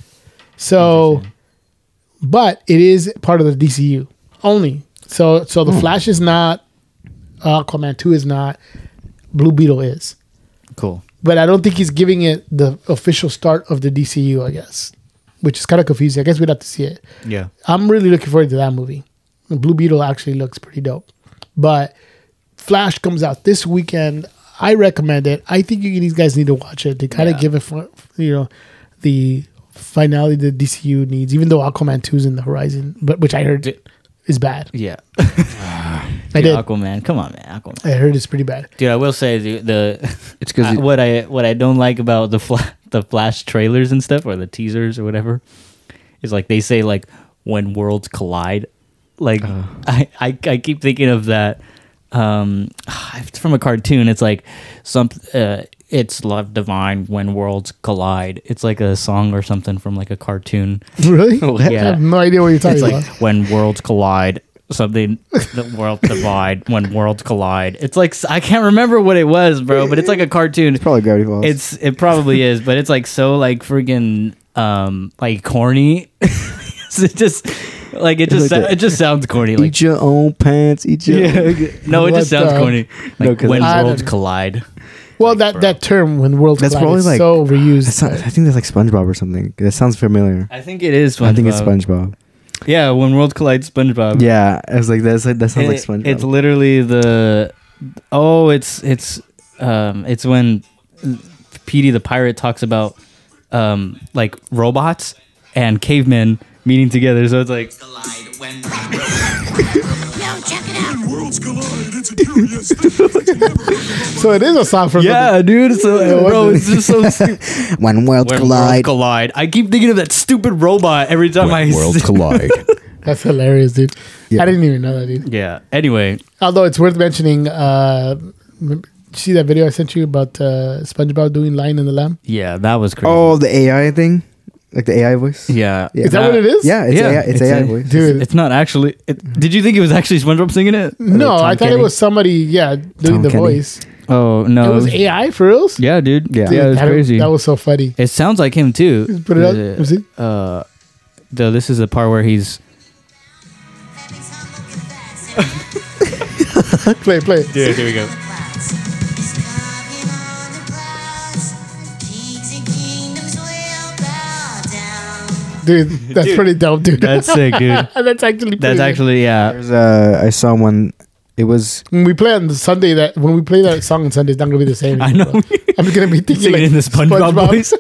Speaker 1: So,
Speaker 2: Interesting.
Speaker 1: but it is part of the DCU only. So so the Flash is not, uh, Aquaman two is not, Blue Beetle is.
Speaker 2: Cool.
Speaker 1: But I don't think he's giving it the official start of the DCU. I guess, which is kind of confusing. I guess we'd have to see it.
Speaker 2: Yeah.
Speaker 1: I'm really looking forward to that movie. Blue Beetle actually looks pretty dope. But Flash comes out this weekend. I recommend it. I think you these guys need to watch it to kind of
Speaker 2: Yeah.
Speaker 1: give it, fu- you know, the finality the DCU needs. Even though Aquaman 2's in the horizon, but which I heard
Speaker 2: Did-
Speaker 1: is bad.
Speaker 2: Yeah.
Speaker 1: I did.
Speaker 2: Aquaman. Come on, man. Aquaman.
Speaker 1: I heard it's pretty bad.
Speaker 2: Dude, I will say the, (laughs) the
Speaker 3: It's because
Speaker 2: I- what I what I don't like about the fla- (laughs) the flash trailers and stuff or the teasers or whatever is like they say like when worlds collide. Like I, I I keep thinking of that. Um, (sighs) it's from a cartoon. It's like some. Uh, it's love divine when worlds collide. It's like a song or something from like a cartoon.
Speaker 1: Really? (laughs) I
Speaker 2: Yeah.
Speaker 1: have no idea what you're talking
Speaker 2: It's like
Speaker 1: about.
Speaker 2: when worlds collide. Something the world divide when worlds collide. It's like I can't remember what it was, bro. But it's like a cartoon.
Speaker 3: probably Gravity Falls.
Speaker 2: It's it probably is, but it's like so like friggin' um like corny. (laughs) So it just like it just
Speaker 3: like
Speaker 2: sou-
Speaker 3: a-
Speaker 2: it just sounds corny. Like
Speaker 3: eat your own pants. Eat
Speaker 2: (laughs)
Speaker 3: your.
Speaker 2: yeah, no, it just
Speaker 1: What
Speaker 2: sounds
Speaker 1: the-
Speaker 2: corny.
Speaker 3: uh, No,
Speaker 2: Like
Speaker 3: 'cause
Speaker 2: when
Speaker 1: I
Speaker 2: worlds
Speaker 1: don't-
Speaker 2: collide.
Speaker 1: uh, Well, that
Speaker 2: bro.
Speaker 1: that term when worlds
Speaker 3: That's
Speaker 1: collide
Speaker 3: probably
Speaker 1: is
Speaker 3: like-
Speaker 1: so reused.
Speaker 3: (laughs) That's not, I think that's like SpongeBob or something. That sounds familiar.
Speaker 2: I think it is. SpongeBob.
Speaker 3: I think it's SpongeBob.
Speaker 2: Yeah, when worlds collide, SpongeBob.
Speaker 3: Yeah, I was like, that's like, that sounds like
Speaker 2: It-
Speaker 3: SpongeBob.
Speaker 2: It's literally the oh, it's it's um it's when Petey the pirate talks about um like robots and cavemen meeting together. So it's like
Speaker 4: collide when (laughs)
Speaker 5: Now check it out.
Speaker 4: worlds collide. It's a curious
Speaker 5: (laughs)
Speaker 4: thing. It's never
Speaker 1: so it is a song from the-
Speaker 2: Yeah, dude. So,
Speaker 1: what
Speaker 2: (laughs) bro,
Speaker 1: the-
Speaker 2: it's
Speaker 3: (laughs)
Speaker 2: just so stupid.
Speaker 3: when worlds
Speaker 2: When worlds collide. I keep thinking of that stupid robot every time I.
Speaker 6: Worlds collide.
Speaker 1: that's hilarious, dude.
Speaker 3: Yeah.
Speaker 1: I didn't even know that, dude.
Speaker 2: (laughs) yeah. Anyway,
Speaker 1: Although it's worth mentioning, uh, m- see that video I sent you about uh, SpongeBob doing "Lion and the Lamb."
Speaker 2: yeah, that was crazy.
Speaker 3: oh, the AI thing, like the AI voice.
Speaker 2: yeah.
Speaker 3: Yeah.
Speaker 1: Is that what it is?
Speaker 3: Yeah, it's
Speaker 2: Yeah,
Speaker 3: AI. It's,
Speaker 2: Uh, it's
Speaker 3: AI
Speaker 2: a-
Speaker 3: voice.
Speaker 1: Dude.
Speaker 2: It's not actually. It, did you think it was actually SpongeBob singing it?
Speaker 1: No,
Speaker 3: Tom
Speaker 1: I thought it
Speaker 3: Kenny?
Speaker 1: was somebody. Yeah, doing
Speaker 3: Tom
Speaker 1: the
Speaker 3: Kenny.
Speaker 1: voice.
Speaker 2: Oh no.
Speaker 1: it was AI for reals.
Speaker 2: yeah, dude.
Speaker 3: Yeah.
Speaker 2: yeah, it was
Speaker 1: that,
Speaker 2: crazy.
Speaker 1: That was so funny.
Speaker 2: It sounds like him too.
Speaker 1: Put it up. Let me see.
Speaker 2: Uh, though this is the part where he's
Speaker 1: Play, play.
Speaker 2: (laughs) dude. Here we go.
Speaker 5: Clouds. He's coming on the clouds.
Speaker 1: dude, that's pretty dope, dude. (laughs)
Speaker 2: That's sick, dude.
Speaker 1: that's actually pretty
Speaker 2: That's
Speaker 1: good.
Speaker 2: actually yeah.
Speaker 3: There's uh, I saw one. It was
Speaker 1: when we play on the Sunday that when we play that song on Sunday, it's not gonna be the same.
Speaker 2: I know.
Speaker 1: I'm gonna be thinking
Speaker 2: Singing
Speaker 1: like
Speaker 2: in the SpongeBob voice.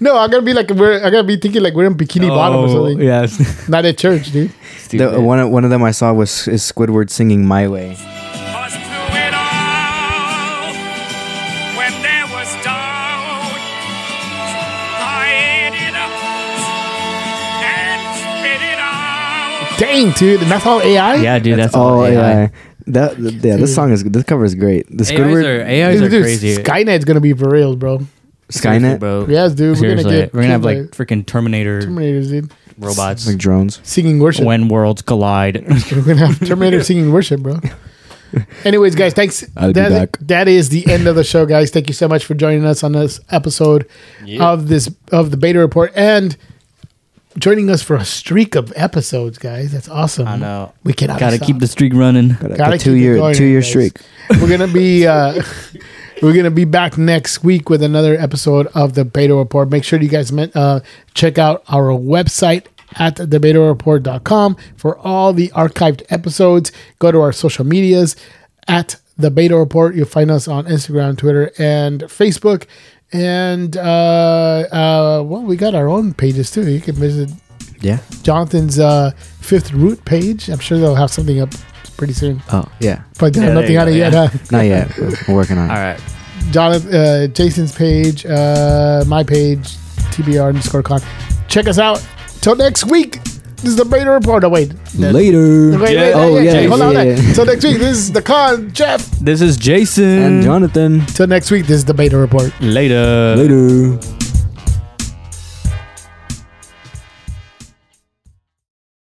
Speaker 1: (laughs) no, I'm gonna be like we're. I'm gonna be thinking like we're in Bikini Bottom or
Speaker 2: Oh,
Speaker 1: something. (laughs)
Speaker 2: Yes.
Speaker 1: Not at church, dude.
Speaker 3: the, one. of- One of them I saw was is Squidward singing "My Way."
Speaker 6: Cause through it all, when there was doubt, I ate it up and spit it out.
Speaker 1: Dang, dude, and that's all AI.
Speaker 2: Yeah, dude. That's,
Speaker 3: Oh
Speaker 2: all AI.
Speaker 3: yeah, that yeah. This song is this cover is great. The
Speaker 2: AIs
Speaker 3: Squidward
Speaker 2: are, AIs are
Speaker 1: Dude, dude,
Speaker 2: crazy.
Speaker 1: Skynet's gonna be for reals, bro.
Speaker 2: Seriously,
Speaker 3: Skynet
Speaker 2: bro.
Speaker 1: Yes, dude. We're
Speaker 2: Seriously,
Speaker 1: gonna get
Speaker 2: we're gonna have like
Speaker 1: killed
Speaker 2: freaking Terminator
Speaker 1: by Terminators, dude.
Speaker 2: robots
Speaker 3: like drones.
Speaker 1: Singing worship.
Speaker 2: when worlds collide.
Speaker 1: (laughs) We're gonna
Speaker 2: (laughs)
Speaker 1: have Terminator singing worship, bro. Anyways, guys, thanks.
Speaker 3: I'll be
Speaker 1: that,
Speaker 3: back.
Speaker 1: that is the end of the show, guys. Thank you so much for joining us on this episode of this of the beta report and joining us for a streak of episodes, guys. That's awesome.
Speaker 2: I know.
Speaker 1: We cannot
Speaker 2: Gotta
Speaker 1: stop.
Speaker 2: keep the streak running.
Speaker 1: Gotta
Speaker 3: a
Speaker 1: keep
Speaker 3: two
Speaker 1: it
Speaker 3: year
Speaker 1: going,
Speaker 3: two year
Speaker 1: guys.
Speaker 3: streak.
Speaker 1: (laughs) We're gonna be uh, (laughs) we're gonna be back next week with another episode of the Beta Report. Make sure you guys men- uh, check out our website at thebetareport.com for all the archived episodes. Go to our social medias at the Beta Report. You'll find us on Instagram, Twitter, and Facebook. And uh, uh, well, we got our own pages too. You can visit
Speaker 3: Yeah.
Speaker 1: Jonathan's uh, Fifth Root page. I'm sure they'll have something up pretty soon.
Speaker 3: Oh yeah.
Speaker 1: But they have
Speaker 2: Yeah, there
Speaker 1: nothing
Speaker 2: you
Speaker 1: on
Speaker 2: go,
Speaker 1: it yet.
Speaker 2: yeah.
Speaker 1: Huh?
Speaker 3: Not yet. We're working on. it.
Speaker 2: All right.
Speaker 1: (laughs) Jonathan, uh, Jason's page, uh, my page, TBR underscore con. Check us out. Till next week. This is the Beta Report. Oh, wait. That-
Speaker 3: Later.
Speaker 1: Wait, wait,
Speaker 3: Oh
Speaker 1: wait,
Speaker 3: yeah.
Speaker 1: wait. Hold on.
Speaker 3: yeah,
Speaker 1: hold on.
Speaker 3: yeah.
Speaker 1: Till next week. This is the con, Jeff.
Speaker 2: This is Jason.
Speaker 3: And Jonathan.
Speaker 1: Till next week. This is the Beta Report.
Speaker 2: Later.
Speaker 3: Later.